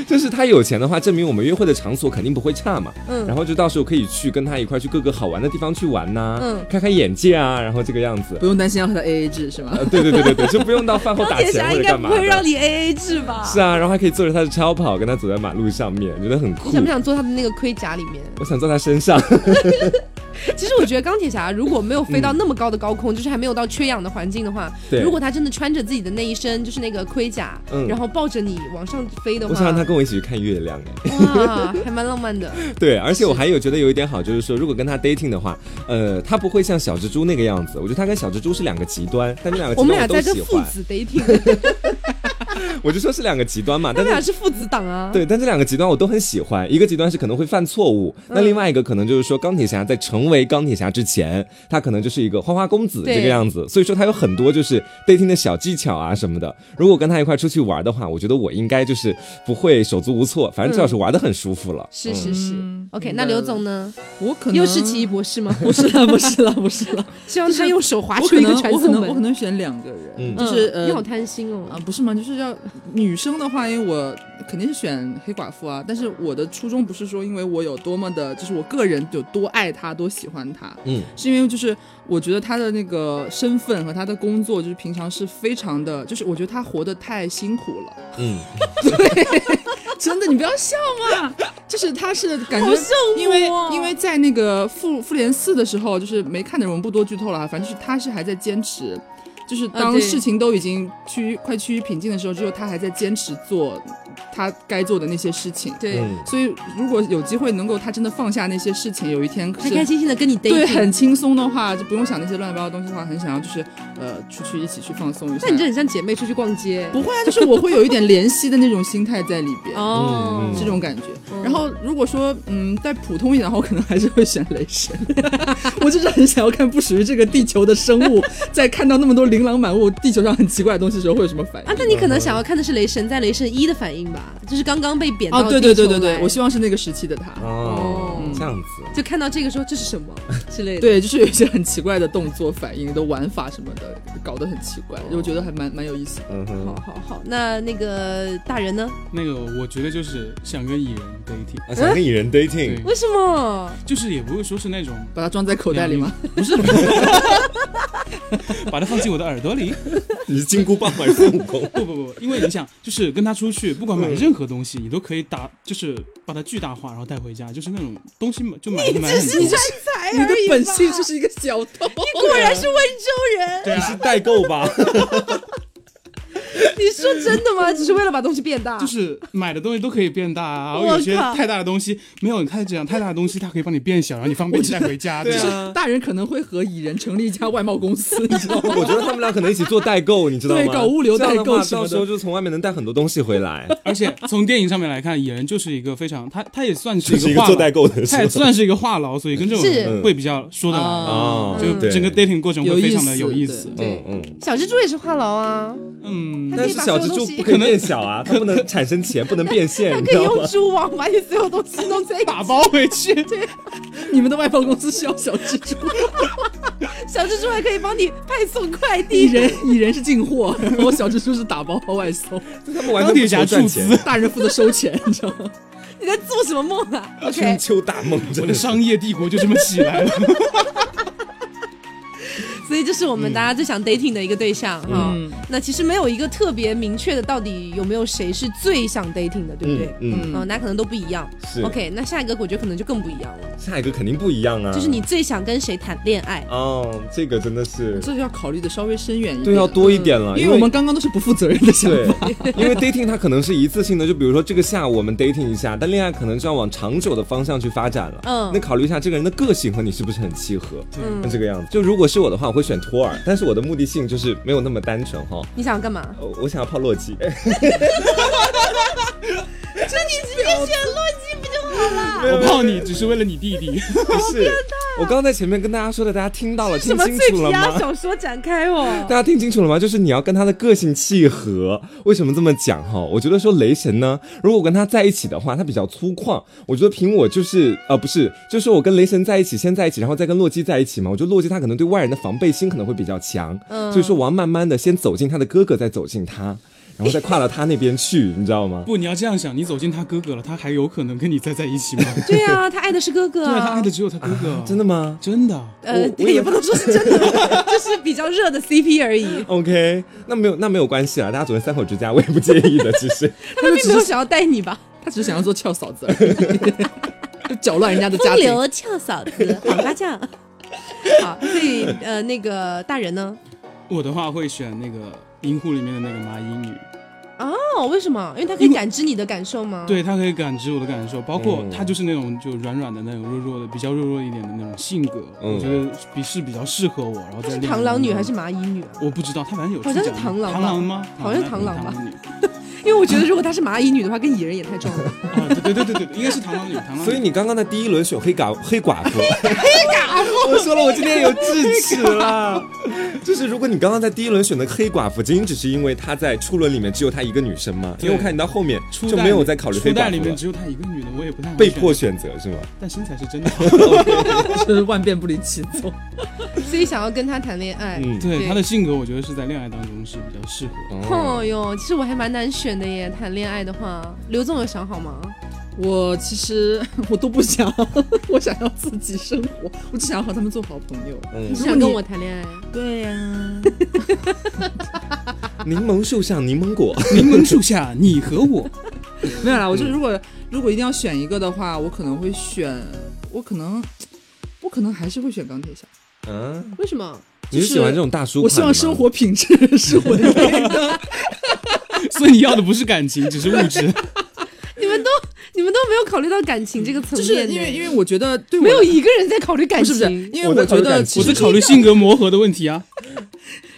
Speaker 2: 就是他有钱的话，证明我们约会的场所肯定不会差嘛。
Speaker 1: 嗯
Speaker 2: 然后就到时候可以去跟他一块去各个好玩的地方去玩呐、
Speaker 1: 嗯
Speaker 2: 开开眼界啊，然后这个样子
Speaker 3: <laughs> 不。用担心要和他 AA 制是吗？
Speaker 2: 呃，对对对对对，就不用到饭后
Speaker 1: 钢
Speaker 2: 打
Speaker 1: 铁
Speaker 2: 钱
Speaker 1: 侠
Speaker 2: 或
Speaker 1: 应
Speaker 2: 者
Speaker 1: 该
Speaker 2: 干
Speaker 1: 不
Speaker 2: 嘛
Speaker 1: 会让
Speaker 2: 的。
Speaker 1: 你 A A 制吧？
Speaker 2: 是啊，然后还可以坐着他的超跑，跟他走在马路上面，觉得很酷
Speaker 1: 你。想不想坐他的那个盔甲里面？ <laughs>
Speaker 2: 我想坐他身上，
Speaker 1: 其实我觉得钢铁侠如果没有飞到那么高的高空， <laughs> 就是还没有到缺氧的环境的话，
Speaker 2: 对
Speaker 1: 如果他真的穿着自己的那一身就是那个盔甲，
Speaker 2: 嗯
Speaker 1: 然后抱着你往上飞的
Speaker 2: 我
Speaker 1: 话，
Speaker 2: 想让他啊跟我一起去看月亮哎。 <laughs>
Speaker 1: 哇，还蛮浪漫的。
Speaker 2: 对，而且我还有觉得有一点好，就是说，如果跟他 dating 的话，呃，他不会像小蜘蛛那个样子。我觉得他跟小蜘蛛是两个极端，但这两个
Speaker 1: 我
Speaker 2: 极
Speaker 1: 们
Speaker 2: 端
Speaker 1: 俩在
Speaker 2: 我都
Speaker 1: 跟
Speaker 2: 喜
Speaker 1: 父
Speaker 2: 欢。
Speaker 1: 子 dating，
Speaker 2: 我就说是两个极端嘛，
Speaker 1: <laughs> 他
Speaker 2: 但
Speaker 1: 们俩
Speaker 2: 是。
Speaker 1: 是父子档啊。
Speaker 2: <laughs> 对，但这两个极端我都很喜欢。一个极端是可能会犯错误，
Speaker 1: 嗯
Speaker 2: 那另外一个可能就是说，钢铁侠在成为钢铁侠之前，他可能就是一个花花公子
Speaker 1: 对
Speaker 2: 这个样子，所以说他有很多就是 dating 的小技巧啊什么的。如果跟他一块出去玩的话，我觉得我应该就是不会手足无措，反正至少是玩的很舒服了。
Speaker 1: 嗯是是是、
Speaker 3: 嗯
Speaker 1: o k
Speaker 3: 明
Speaker 1: 那
Speaker 3: 白
Speaker 1: 刘
Speaker 3: 了
Speaker 1: 总呢？
Speaker 3: 我可能
Speaker 1: 又是奇异博
Speaker 3: <laughs>
Speaker 1: 士吗？
Speaker 3: 不是了，不是了，不是了。
Speaker 1: 希望他用手划
Speaker 3: 我
Speaker 1: 出
Speaker 3: 可
Speaker 1: 一个
Speaker 3: 能
Speaker 1: 传
Speaker 3: 我可
Speaker 1: 送
Speaker 3: 能我可
Speaker 1: 门。
Speaker 3: 能选两个人，
Speaker 2: 嗯
Speaker 3: 就是
Speaker 1: 嗯你好
Speaker 3: 呃
Speaker 1: 贪心哦。
Speaker 3: 啊，不是吗？就是要女生的话，因为我肯定是选黑寡妇啊。但是我的初衷不是说因为我有多么的，就是我个人有多爱她，多喜欢她，
Speaker 2: 嗯，
Speaker 3: 是因为就是我觉得她的那个身份和她的工作，就是平常是非常的，就是我觉得她活得太辛苦了。 <laughs>
Speaker 2: 嗯，
Speaker 3: 真的，你不要笑嘛！就是他是感
Speaker 1: 好
Speaker 3: 觉
Speaker 1: 圣母哦，
Speaker 3: 因为因为在那个复复联四的时候，就是没看的人我们不多剧透了啊，反正就是他是还在坚持，就是
Speaker 1: 啊
Speaker 3: 当
Speaker 1: 对
Speaker 3: 事情都已经趋快趋于平静的时候，只有他还在坚持做他该做的那些事情。
Speaker 1: 对，
Speaker 2: 嗯
Speaker 3: 所以如果有机会能够他真的放下那些事情，有一天
Speaker 1: 开开
Speaker 3: 是。
Speaker 1: 心心的跟你 dating。
Speaker 3: 对，很轻松的话，就不用想那些乱七八糟的东西的话，很想要就是，呃，出去一起去放松一下。
Speaker 1: 那你这很像姐妹出去逛街。
Speaker 3: 不会啊，就是我会有一点怜惜的那种心态在里边。
Speaker 1: 哦
Speaker 2: 嗯嗯，
Speaker 3: 这种感觉。然后如果说嗯再普通一点的话，我可能还是会选雷神。 <laughs> 我就是很想要看不属于这个地球的生物， <laughs> 在看到那么多琳琅满目地球上很奇怪的东西的时候会有什么反应
Speaker 1: 啊，？那你可能想要看的是雷神在雷神一的反应吧，就是刚刚被贬到
Speaker 3: 哦，对
Speaker 1: 地
Speaker 3: 对
Speaker 1: 球
Speaker 3: 对对对，
Speaker 1: 来
Speaker 3: 我希望是那个时期的他。
Speaker 2: 哦，这样子。
Speaker 1: 就看到这个说这是什
Speaker 3: <laughs>
Speaker 1: 么之类的。，
Speaker 3: 对，就是有一些很奇怪的动作、反应的玩法什么的，搞得很奇怪，我觉得还蛮蛮有意思的。
Speaker 2: 嗯哼
Speaker 1: 好，好好，那那个大人呢？
Speaker 4: 那个我觉得就是想跟蚁人 dating，
Speaker 2: 啊，想跟蚁
Speaker 1: 嗯
Speaker 2: 人 dating，、
Speaker 4: 对，
Speaker 1: 为什么？
Speaker 4: 就是也不会说是那种
Speaker 3: 把它装在口袋里吗？
Speaker 4: 把它放进我的耳朵里，
Speaker 2: <laughs> 你是金箍棒还是孙悟空？
Speaker 4: <laughs>
Speaker 2: 嗯
Speaker 4: 不不不，因为你想，就是跟他出去，不管买任何东西，你都可以打，就是把它巨大化，然后带回家，就是那种东西买就买
Speaker 1: <laughs>
Speaker 4: 买很多。
Speaker 1: 才
Speaker 3: 你的本性就是一个小偷。
Speaker 1: 果然是温州人。
Speaker 4: 对
Speaker 2: 你
Speaker 4: 啊
Speaker 2: 是，代购吧？
Speaker 1: 你说真的吗？只是为了把东西变大？
Speaker 4: 就是买的东西都可以变大啊，然
Speaker 1: 我
Speaker 4: 后有些
Speaker 1: 靠
Speaker 4: 太大的东西没有，它这样太大的东西，它可以帮你变小，然后你方便带回
Speaker 2: <laughs>
Speaker 4: 家。
Speaker 2: 对
Speaker 4: 这样
Speaker 2: 啊，
Speaker 3: <laughs> 大人可能会和蚁人成立一家外贸公司，你知道吗？
Speaker 2: 我觉得他们俩可能一起做代购，你知道吗？
Speaker 3: 对搞物流
Speaker 2: 这样的
Speaker 3: 代购
Speaker 2: 话
Speaker 3: 什么
Speaker 2: 到
Speaker 3: 的
Speaker 2: 时候就从外面能带很多东西回来。
Speaker 4: 而且从电影上面来看，蚁人就是一个非常，他他也算是
Speaker 2: 这是
Speaker 4: 一
Speaker 2: 一
Speaker 4: 个
Speaker 2: 个
Speaker 4: 话
Speaker 2: 做代购 <laughs> 的，
Speaker 4: 他
Speaker 2: 是
Speaker 4: 也
Speaker 2: 吧
Speaker 4: 算是一个话痨，所以跟这种
Speaker 1: 是
Speaker 4: 人会比较说得来。
Speaker 2: 啊，
Speaker 4: 就
Speaker 2: 对
Speaker 4: 整个 dating 过程 <laughs> 会非常的有意思，
Speaker 1: 对
Speaker 2: 嗯嗯。
Speaker 1: 小蜘蛛也是话痨啊，
Speaker 4: 嗯，
Speaker 1: 他可
Speaker 2: 但
Speaker 1: 以
Speaker 2: 是
Speaker 1: 把
Speaker 2: 小蜘蛛不可以变小
Speaker 1: <laughs>
Speaker 2: 啊，它不能产生钱，不能变现，
Speaker 1: 它
Speaker 2: 你
Speaker 1: 可
Speaker 2: 知
Speaker 1: 以
Speaker 2: 道
Speaker 1: 用 <laughs>
Speaker 2: 吗？
Speaker 1: 蛛网把你所有东西弄在一起。
Speaker 4: 打包回
Speaker 1: <laughs>
Speaker 4: 去，
Speaker 3: 你们的外包公司需要小蜘 <laughs> 蛛，
Speaker 1: 小蜘蛛还可以帮你派送快
Speaker 3: 蚁
Speaker 1: 递。
Speaker 3: 人蚁人是进货， <laughs> 然后小蜘蛛是打包外送，
Speaker 2: 他们完全不愁赚钱
Speaker 4: 钢铁，
Speaker 3: 大人负责收钱，你知道吗？
Speaker 1: 你在做什么梦啊
Speaker 2: 春
Speaker 1: <laughs> ？OK，
Speaker 2: 秋大梦，
Speaker 4: 我
Speaker 2: 真
Speaker 4: 的
Speaker 2: 的是。
Speaker 4: 商业帝国就这么起来了。
Speaker 1: <laughs> 所以这是我
Speaker 2: 嗯
Speaker 1: 们大家最想 dating 的一个对象哈、那其实没有一个特别明确的，到底有没有谁是最想 dating 的，对不对？
Speaker 2: 嗯嗯，
Speaker 1: 嗯，那可能都不一样。
Speaker 2: 是
Speaker 1: OK，那下一个我觉得可能就更不一样了，
Speaker 2: 下一个肯定不一样啊，
Speaker 1: 就是你最想跟谁谈恋爱？
Speaker 2: 哦，这个真的是
Speaker 3: 这就要考虑的稍微深远一点，
Speaker 2: 对要多一点了，
Speaker 3: 因
Speaker 2: 因
Speaker 3: 为我们刚刚都是不负责任的想
Speaker 2: 对
Speaker 3: 法。，
Speaker 2: 因为 dating 它可能是一次性的，就比如说这个下午我们 dating 一下，但恋爱可能是要往长久的方向去发展了。
Speaker 1: 嗯
Speaker 2: 那考虑一下这个人的个性和你是不是很契合，
Speaker 1: 嗯
Speaker 2: 那这个样子。就如果是我的话，我会选托尔，但是我的目的性就是没有那么单纯哈。
Speaker 1: 你想干嘛？
Speaker 2: 呃我想要泡洛基，
Speaker 1: 啊那你直接选洛基不就好了？
Speaker 2: <laughs>
Speaker 4: 我泡你只是为了你弟弟， <laughs>
Speaker 2: 不是，我刚刚在前面跟大家说的，大家听到了，
Speaker 1: 什
Speaker 2: 听
Speaker 1: 么
Speaker 2: 清
Speaker 1: 脆
Speaker 2: 楚
Speaker 1: 皮
Speaker 2: 了
Speaker 1: 鸭
Speaker 2: 吗？
Speaker 1: 小说展开
Speaker 2: <laughs>
Speaker 1: 哦
Speaker 2: 大？家听清楚了吗？就是你要跟他的个性契合。为什么这么讲哈？我觉得说雷神呢，如果跟他在一起的话，他比较粗犷。我觉得凭我就是呃不是，就是说我跟雷神在一起，先在一起，然后再跟洛基在一起嘛。我觉得洛基他可能对外人的防备心可能会比较强，
Speaker 1: 嗯
Speaker 2: 所以说我要慢慢的先走进他的哥哥，再走进他，然后再跨到他那边去，你知道吗？
Speaker 4: 不，你要这样想，你走进他哥哥了，他还有可能跟你再在一起吗？
Speaker 1: 对啊，他爱的是哥哥
Speaker 4: 对啊，他爱
Speaker 1: 啊。
Speaker 4: 的只有他哥哥，
Speaker 2: 真的吗
Speaker 4: 真的。
Speaker 1: 呃，
Speaker 2: 我我以为
Speaker 1: 也不能说是真的， <laughs> 就是比较热的 CP 而已。
Speaker 2: ？OK，那没有那没有关系啦，大家走进三口之家，我也不介意的，其实。
Speaker 1: 他们并没有想要带你吧？
Speaker 3: 他只是想要做俏嫂子而已，就 <laughs> 搅乱人家的家
Speaker 1: 风
Speaker 3: 庭。
Speaker 1: 流俏嫂子，黄瓜酱。 <laughs> 好，所以呃，那个大人呢？
Speaker 4: 我的话会选那个银护里面的那个麻衣女，
Speaker 1: 哦，为什么？因为他可以感知你的感受吗？，
Speaker 4: 对她可以感知我的感受，包括
Speaker 2: 嗯
Speaker 4: 她就是那种就软软的那种弱弱的，比较弱弱一点的那种性格，
Speaker 2: 嗯
Speaker 4: 我觉得比是比较适合我。然后
Speaker 1: 她
Speaker 4: 再
Speaker 1: 是
Speaker 4: 练
Speaker 1: 螳螂女
Speaker 4: 功
Speaker 1: 还是蚂蚁女啊？
Speaker 4: 我不知道，她反正有
Speaker 1: 好像是
Speaker 4: 去讲
Speaker 1: 螳螂吧
Speaker 4: 螳螂吗？
Speaker 1: 好像是
Speaker 4: 螳
Speaker 1: 螳螂吧
Speaker 4: 女
Speaker 1: 因为我觉得如果她是蚂蚁女的话，跟蚁人也太撞 <laughs> 了。
Speaker 4: 啊，对对对对对，应该是螳螂
Speaker 1: <laughs>
Speaker 4: 女，螳螂女。
Speaker 2: 所以你刚刚的第一轮选黑寡黑寡妇，黑
Speaker 1: 啊
Speaker 2: 寡 <laughs> 妇，我说了，我今天有智齿了。 <laughs> 就是如果你刚刚在第一轮选的黑寡妇，仅仅只是因为她在初轮里面只有她一个女生嘛？因
Speaker 4: 对
Speaker 2: 为我看你到后面
Speaker 4: 初
Speaker 2: 就
Speaker 4: 代
Speaker 2: 没有再考虑黑
Speaker 4: 初代里
Speaker 2: 寡妇
Speaker 4: 面
Speaker 2: 了，
Speaker 4: 只有她一个女的，我也不太好
Speaker 2: 被
Speaker 4: 选
Speaker 2: 迫，选择是吗？
Speaker 4: 但身材是真的
Speaker 2: <laughs>
Speaker 4: 好。
Speaker 3: 就是万变不离其宗。
Speaker 1: 所以想要跟他谈恋爱。
Speaker 2: 嗯，
Speaker 4: 对
Speaker 1: 对
Speaker 4: 她的性格，我觉得是在恋爱当中是比较适合
Speaker 2: 哎
Speaker 4: 的。
Speaker 1: 哦哟，其实我还蛮难选的耶。谈恋爱的话，刘总有想好吗？
Speaker 3: 我其实我都不想， <laughs> 我想要自己生活，我只想要和他们做好朋友。
Speaker 2: 嗯
Speaker 1: 你
Speaker 3: 如果
Speaker 1: 想
Speaker 3: 你
Speaker 1: 跟我谈恋爱？
Speaker 3: 对呀、
Speaker 2: 柠檬树上柠檬果，
Speaker 4: 柠檬树下，你和我，
Speaker 3: 没有啦，我就如果、如果一定要选一个的话，我可能会选，我可能我可能还是会选钢铁侠。
Speaker 2: 嗯，
Speaker 1: 为什么？
Speaker 2: <laughs> 你是喜欢这种大叔款的吗？
Speaker 3: 我希望生活品质是稳定的。
Speaker 4: 所以你要的不是感情，只是物
Speaker 2: <laughs>
Speaker 4: 质。
Speaker 1: 你们都你们都没有考虑到感情这个层
Speaker 3: <laughs> 就
Speaker 1: 面，
Speaker 3: 是
Speaker 2: <laughs>
Speaker 3: 因为因
Speaker 1: 为
Speaker 3: 为我觉得对我
Speaker 1: 没有一个人在考虑感
Speaker 3: 不
Speaker 1: 情，
Speaker 3: 是不是，因为
Speaker 2: 我在考
Speaker 3: 觉
Speaker 2: 虑
Speaker 3: 得
Speaker 2: 感
Speaker 3: 其
Speaker 4: 我
Speaker 3: 实
Speaker 4: 在考虑性格磨合的问题啊。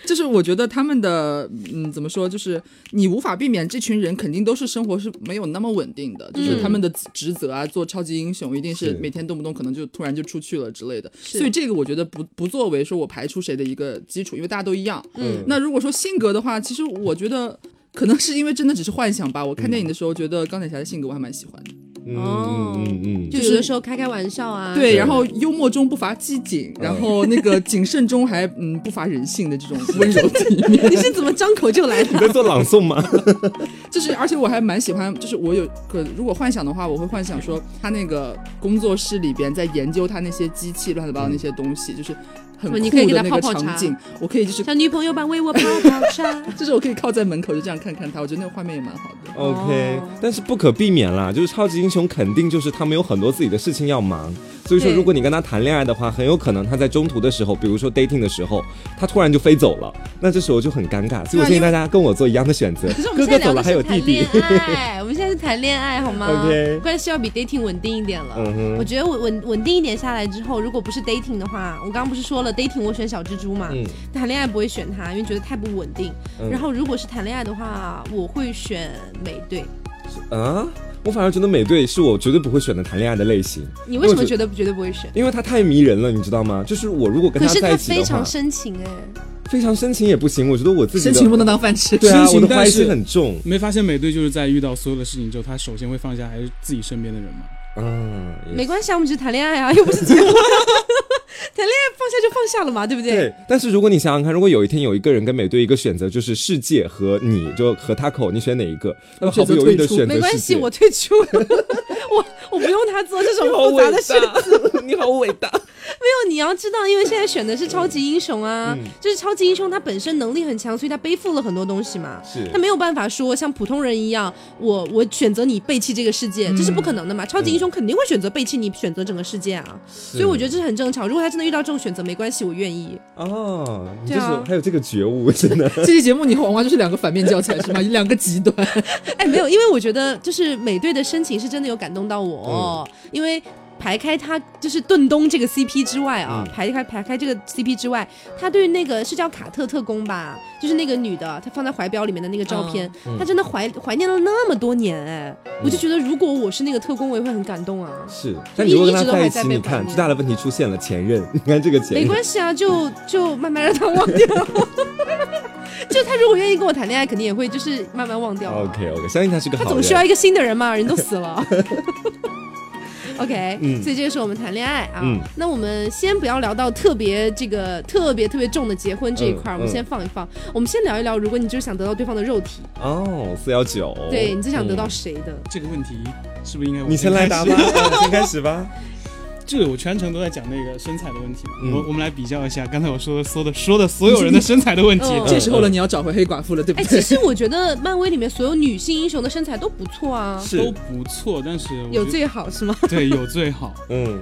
Speaker 3: 就是我觉得他们的嗯怎么说，就是你无法避免这群人肯定都是生活是没有那么稳定的，
Speaker 1: 嗯
Speaker 3: 就是他们的职责啊，做超级英雄一定是
Speaker 2: 是
Speaker 3: 每天动不动可能就突然就出去了之类的，
Speaker 1: 是
Speaker 3: 所以这个我觉得不不作为说我排除谁的一个基础，因为大家都一样。
Speaker 1: 嗯
Speaker 3: 那如果说性格的话，其实我觉得。可能是因为真的只是幻想吧。我看电影的时候觉得钢铁侠的性格我还蛮喜欢的，
Speaker 2: 嗯
Speaker 1: 哦
Speaker 2: 嗯嗯嗯
Speaker 1: 就有的时候开开玩笑啊。
Speaker 3: 对，然后幽默中不乏
Speaker 1: <laughs>
Speaker 3: 机警，然后那个谨慎中还嗯不乏人性的这种温柔的一
Speaker 2: <laughs>
Speaker 3: 面。
Speaker 1: 你是怎么张口就来
Speaker 2: 你
Speaker 1: 的？
Speaker 2: 在做朗诵吗？
Speaker 1: <laughs>
Speaker 3: 就是，而且我还蛮喜欢，就是我有可如果幻想的话，我会幻想说他那个工作室里边在研究他那些机器乱七八糟那些东西，就是
Speaker 1: 么
Speaker 3: 很酷
Speaker 1: 哦你可以给
Speaker 3: 的
Speaker 1: 他
Speaker 3: 那个
Speaker 1: 泡泡茶
Speaker 3: 场景。我可以
Speaker 1: <laughs>
Speaker 3: 就是
Speaker 1: 小女朋友吧，为我泡泡茶。
Speaker 3: 就是我可以靠在门口就这样看看他，我觉得那个画面也蛮好的。
Speaker 2: OK，、
Speaker 1: 哦
Speaker 2: 但是不可避免啦，就是超级英雄肯定就是他们有很多自己的事情要忙，所以说
Speaker 1: 对
Speaker 2: 如果你跟他谈恋爱的话，很有可能他在中途的时候，比如说 dating 的时候，他突然就飞走了，那这时候就很尴尬。所以我建议大家跟我做一样的选择
Speaker 1: 可是我，
Speaker 2: 哥
Speaker 1: 们
Speaker 2: 哥
Speaker 1: 现在
Speaker 2: 走
Speaker 1: 聊
Speaker 2: 了
Speaker 1: 的
Speaker 2: 还有
Speaker 1: 是
Speaker 2: 弟
Speaker 1: 谈
Speaker 2: 弟
Speaker 1: 恋。爱，我们现在是谈恋爱好吗
Speaker 2: OK
Speaker 1: 关系要比 dating 稳定一点了。
Speaker 2: 嗯哼
Speaker 1: 我觉得稳稳稳定一点下来之后，如果不是 dating 的话，我刚刚不是说了 dating 我选小蜘蛛嘛，
Speaker 2: 嗯
Speaker 1: 谈恋爱不会选他，因为觉得太不稳定。
Speaker 2: 嗯
Speaker 1: 然后如果是谈恋爱的话，我会选美队。
Speaker 2: 啊，我反而觉得美队是我绝对不会选择谈恋爱的类型，
Speaker 1: 你为什
Speaker 2: 我
Speaker 1: 么
Speaker 2: 觉
Speaker 1: 觉得绝对不会选？
Speaker 2: 因为他太迷人了，你知道吗？就是我如果跟
Speaker 1: 可
Speaker 2: 他
Speaker 1: 是
Speaker 2: 在
Speaker 1: 他
Speaker 2: 一起
Speaker 1: 非
Speaker 2: 的话
Speaker 1: 常，深情哎、
Speaker 2: 非常深情也不行，我觉得我自己
Speaker 3: 深
Speaker 2: 的
Speaker 3: 情不能当饭吃。
Speaker 2: 对啊，
Speaker 4: 深
Speaker 2: 我
Speaker 4: 情
Speaker 2: 的怀
Speaker 4: 但
Speaker 2: 疑
Speaker 4: 是
Speaker 2: 心很重，
Speaker 4: 没发现美队就是在遇到所有的事情之后，他首先会放下还是自己身边的人吗？
Speaker 2: 嗯，也
Speaker 1: 没关系，啊，我们只是谈恋爱啊，又不是结婚。谈恋 <laughs> 爱放下就放下了嘛，对不对？
Speaker 2: 对，但是如果你想想看，如果有一天有一个人跟美队一个选择，就是世界和你就和他口，你选哪一个？那么毫不犹豫的选择
Speaker 1: 没关
Speaker 2: 世
Speaker 1: 系，
Speaker 2: 界。
Speaker 1: 我退出， <laughs> 我我不用他做这种复杂的事。没
Speaker 2: 大， <laughs> 你好伟
Speaker 1: <laughs>
Speaker 2: 大。
Speaker 1: 有，你要知道，因为现在选的是超级英雄啊，
Speaker 2: 嗯
Speaker 1: 就是超级英雄他本身能力很强，所以他背负了很多东西嘛。
Speaker 2: 是
Speaker 1: 他没有办法说像普通人一样，我我选择你背弃这个世界，这是
Speaker 2: 嗯
Speaker 1: 不可能的嘛。超级英雄肯定会选择背弃你，选择整个世界啊。所以我觉得这是很正常。如果他真的遇到这种选择，没关系，我愿意。
Speaker 2: 哦，你
Speaker 1: 对
Speaker 2: 这
Speaker 1: 啊
Speaker 2: 种还有这个觉悟， <laughs> 真的。
Speaker 3: 这期节目你和黄瓜就是两个反面教材是吗？两个极端。
Speaker 1: 哎，没有，因为我觉得就是美队的深情是真的有感动到我，因为。排开他就是顿东这个 CP 之外啊，排开排开这个 CP 之外，他对那个是叫卡特特工吧，就是那个女的，她放在怀表里面的那个照片，他真的怀怀念了那么多年哎，我就觉得如果我是那个特工，我也会很感动啊。
Speaker 2: 是，但你如果跟
Speaker 1: 一
Speaker 2: 他
Speaker 1: 直都
Speaker 2: 在一
Speaker 1: 还
Speaker 2: 起
Speaker 1: 在，被
Speaker 2: 你
Speaker 1: 绑
Speaker 2: 看
Speaker 1: 吗
Speaker 2: 最大的问题出现了，前任， <laughs> 你看这个前
Speaker 1: 没
Speaker 2: 任，
Speaker 1: 关系啊，就就慢慢让他忘掉。 <laughs> 就他如果愿意跟我谈恋爱，肯定也会就是慢慢忘掉啊。
Speaker 2: OK OK，相信他是个
Speaker 1: 他
Speaker 2: 好
Speaker 1: 总需要
Speaker 2: 人。
Speaker 1: 一个新的人嘛，人都死了。OK，、
Speaker 2: 嗯
Speaker 1: 所以这个是我们谈恋爱啊。
Speaker 2: 嗯
Speaker 1: 那我们先不要聊到特别这个特别特别重的结婚这一块儿，
Speaker 2: 嗯
Speaker 1: 我们先放一放。我们先聊一聊，如果你就是想得到对方的肉体，
Speaker 2: 哦，四幺九，嗯
Speaker 1: 对你最想得到谁的？
Speaker 4: 这个问题是不是应该我
Speaker 2: 你先来答吧， <laughs>
Speaker 4: 吧？
Speaker 2: 嗯先开始吧。
Speaker 4: 这个我全程都在讲那个身材的问题嘛。
Speaker 2: 嗯
Speaker 4: 我我们来比较一下刚才我说的说的说的所有人
Speaker 1: <laughs>
Speaker 4: 的身材的问题。
Speaker 1: 嗯
Speaker 3: 这时候了，你要找回黑寡妇了，对
Speaker 1: 哎、
Speaker 3: 不
Speaker 1: 其
Speaker 3: 对？ <laughs>
Speaker 1: 实我觉得漫威里面所有女性英雄的身材都不错啊，
Speaker 2: 嗯是
Speaker 4: 都不错，但是我
Speaker 1: 有
Speaker 4: <laughs> 觉得
Speaker 1: 最好是吗？
Speaker 4: 对有最好。
Speaker 2: 嗯，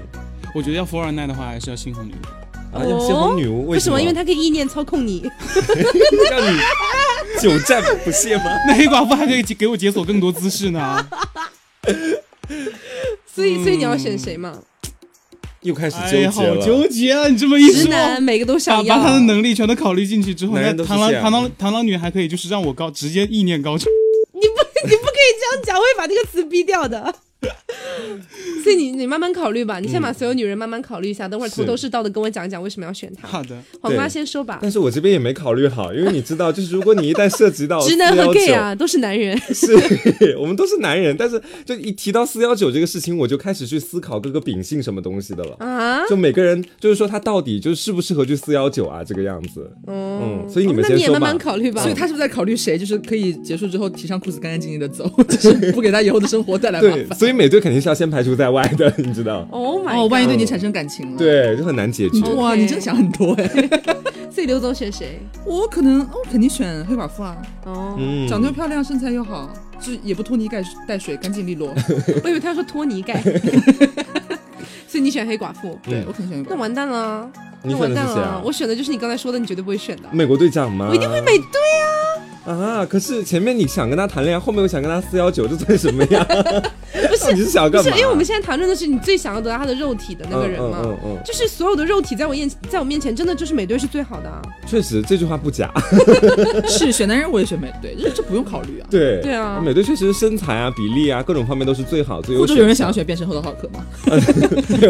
Speaker 4: 我觉得要 For a Night 的话，还是要猩红女。
Speaker 2: 啊，要先红女巫，
Speaker 1: 哦为什
Speaker 2: 什么？
Speaker 1: 么？因为她可以意念操控你。
Speaker 2: <laughs> 让你久战不懈吗？
Speaker 4: <laughs> 那黑寡妇还可以给我解锁更多姿
Speaker 2: <laughs>
Speaker 4: 势呢。
Speaker 1: 所以，所以你要选谁嘛？
Speaker 2: 又开始
Speaker 4: 哎
Speaker 2: 纠结
Speaker 4: 呀，好
Speaker 2: 了。
Speaker 4: 纠结啊！你这么一
Speaker 1: 直
Speaker 4: 说，
Speaker 1: 男每个都
Speaker 4: 把
Speaker 1: 想要
Speaker 4: 把。他的能力全都考虑进去之后，
Speaker 2: 男
Speaker 4: 那
Speaker 2: 人都是
Speaker 4: 螳螂
Speaker 2: 这样
Speaker 4: 螳螂螳螂女还可以就是让我高直接意念
Speaker 2: <laughs>
Speaker 4: 高潮。
Speaker 1: 你不，你不可以这样讲，会把这个词逼掉
Speaker 2: <laughs>
Speaker 1: 的。所以你你慢慢考虑吧，你先把所有女人慢慢考虑一下，等会儿头头是道的跟我讲一讲为什么要选她。
Speaker 4: 好的，
Speaker 1: 黄妈
Speaker 2: 对
Speaker 1: 先说吧
Speaker 2: 但，是我这边也没考虑好，因为你知道，就是如果你一旦涉及
Speaker 1: <laughs>
Speaker 2: 到
Speaker 1: 直男和
Speaker 2: 419
Speaker 1: gay 啊都是男人，
Speaker 2: 是我们都是男人，但是就一提到四幺九这个事情，我就开始去思考各个秉性什么东西的了。
Speaker 1: 啊，
Speaker 2: 就每个人，就是说他到底就是适不适合去四幺九啊，这个样
Speaker 1: <laughs>
Speaker 2: 子。
Speaker 1: 嗯
Speaker 2: 嗯所以你们
Speaker 1: 哦那
Speaker 2: 先
Speaker 1: 你也
Speaker 2: 说
Speaker 1: 慢慢
Speaker 2: 吧
Speaker 1: 考虑吧
Speaker 3: 所以。他是不是在考虑谁，就是可以结束之后提上裤子干干净净的走， <laughs> 就是不给他以后的生活带来麻
Speaker 2: 对，
Speaker 3: 烦。
Speaker 2: 所以美队肯定是要先排除在外的，你
Speaker 1: <laughs>
Speaker 2: 知道？
Speaker 1: Oh
Speaker 3: 哦，万一
Speaker 1: my
Speaker 3: 对你产生感情了，，嗯
Speaker 2: 对，就很难解决。
Speaker 3: 哇，
Speaker 1: OK
Speaker 3: 你真的想很多哎。
Speaker 1: god！所以刘总选谁？
Speaker 3: 我可能，我肯定选黑寡妇啊，
Speaker 1: 哦，
Speaker 2: 嗯，
Speaker 3: 长得又漂亮，身材又好，就也不拖泥带带水，干净利落。
Speaker 1: 我以为他要说拖泥
Speaker 2: <laughs>
Speaker 1: 盖，所以你选黑寡妇，
Speaker 3: 对我肯定选黑
Speaker 1: 那
Speaker 3: 寡妇。
Speaker 1: 完蛋了，
Speaker 2: 嗯你
Speaker 1: 那完
Speaker 2: 选的
Speaker 1: 蛋
Speaker 2: 是谁啊嗯
Speaker 1: 了，？我选的就是你刚才说的，你绝对不会选的，
Speaker 2: 美国队长吗？
Speaker 1: 我一定会美队啊。
Speaker 2: 啊！可是前面你想跟他谈恋爱，后面又想跟他四幺九，这算什么呀？不是， <laughs> 你是想
Speaker 1: <laughs>
Speaker 2: 要
Speaker 1: 不
Speaker 2: 干
Speaker 1: 是，
Speaker 2: 嘛？
Speaker 1: 因为我们现在谈论的是你最想要得到他的肉体的那个人嘛，
Speaker 2: 嗯嗯嗯嗯
Speaker 1: 就是所有的肉体在我面，在我面前真的就是美队是最好的、啊。
Speaker 2: 确实这句话不假，
Speaker 3: 是选男人，我也选美队，这这不用考虑啊。
Speaker 2: 对
Speaker 1: 对啊
Speaker 2: 美队确实身材啊、比例啊各种方面都是最好最优
Speaker 3: 或者
Speaker 2: 秀。
Speaker 3: 有人想要选变身后的浩克吗？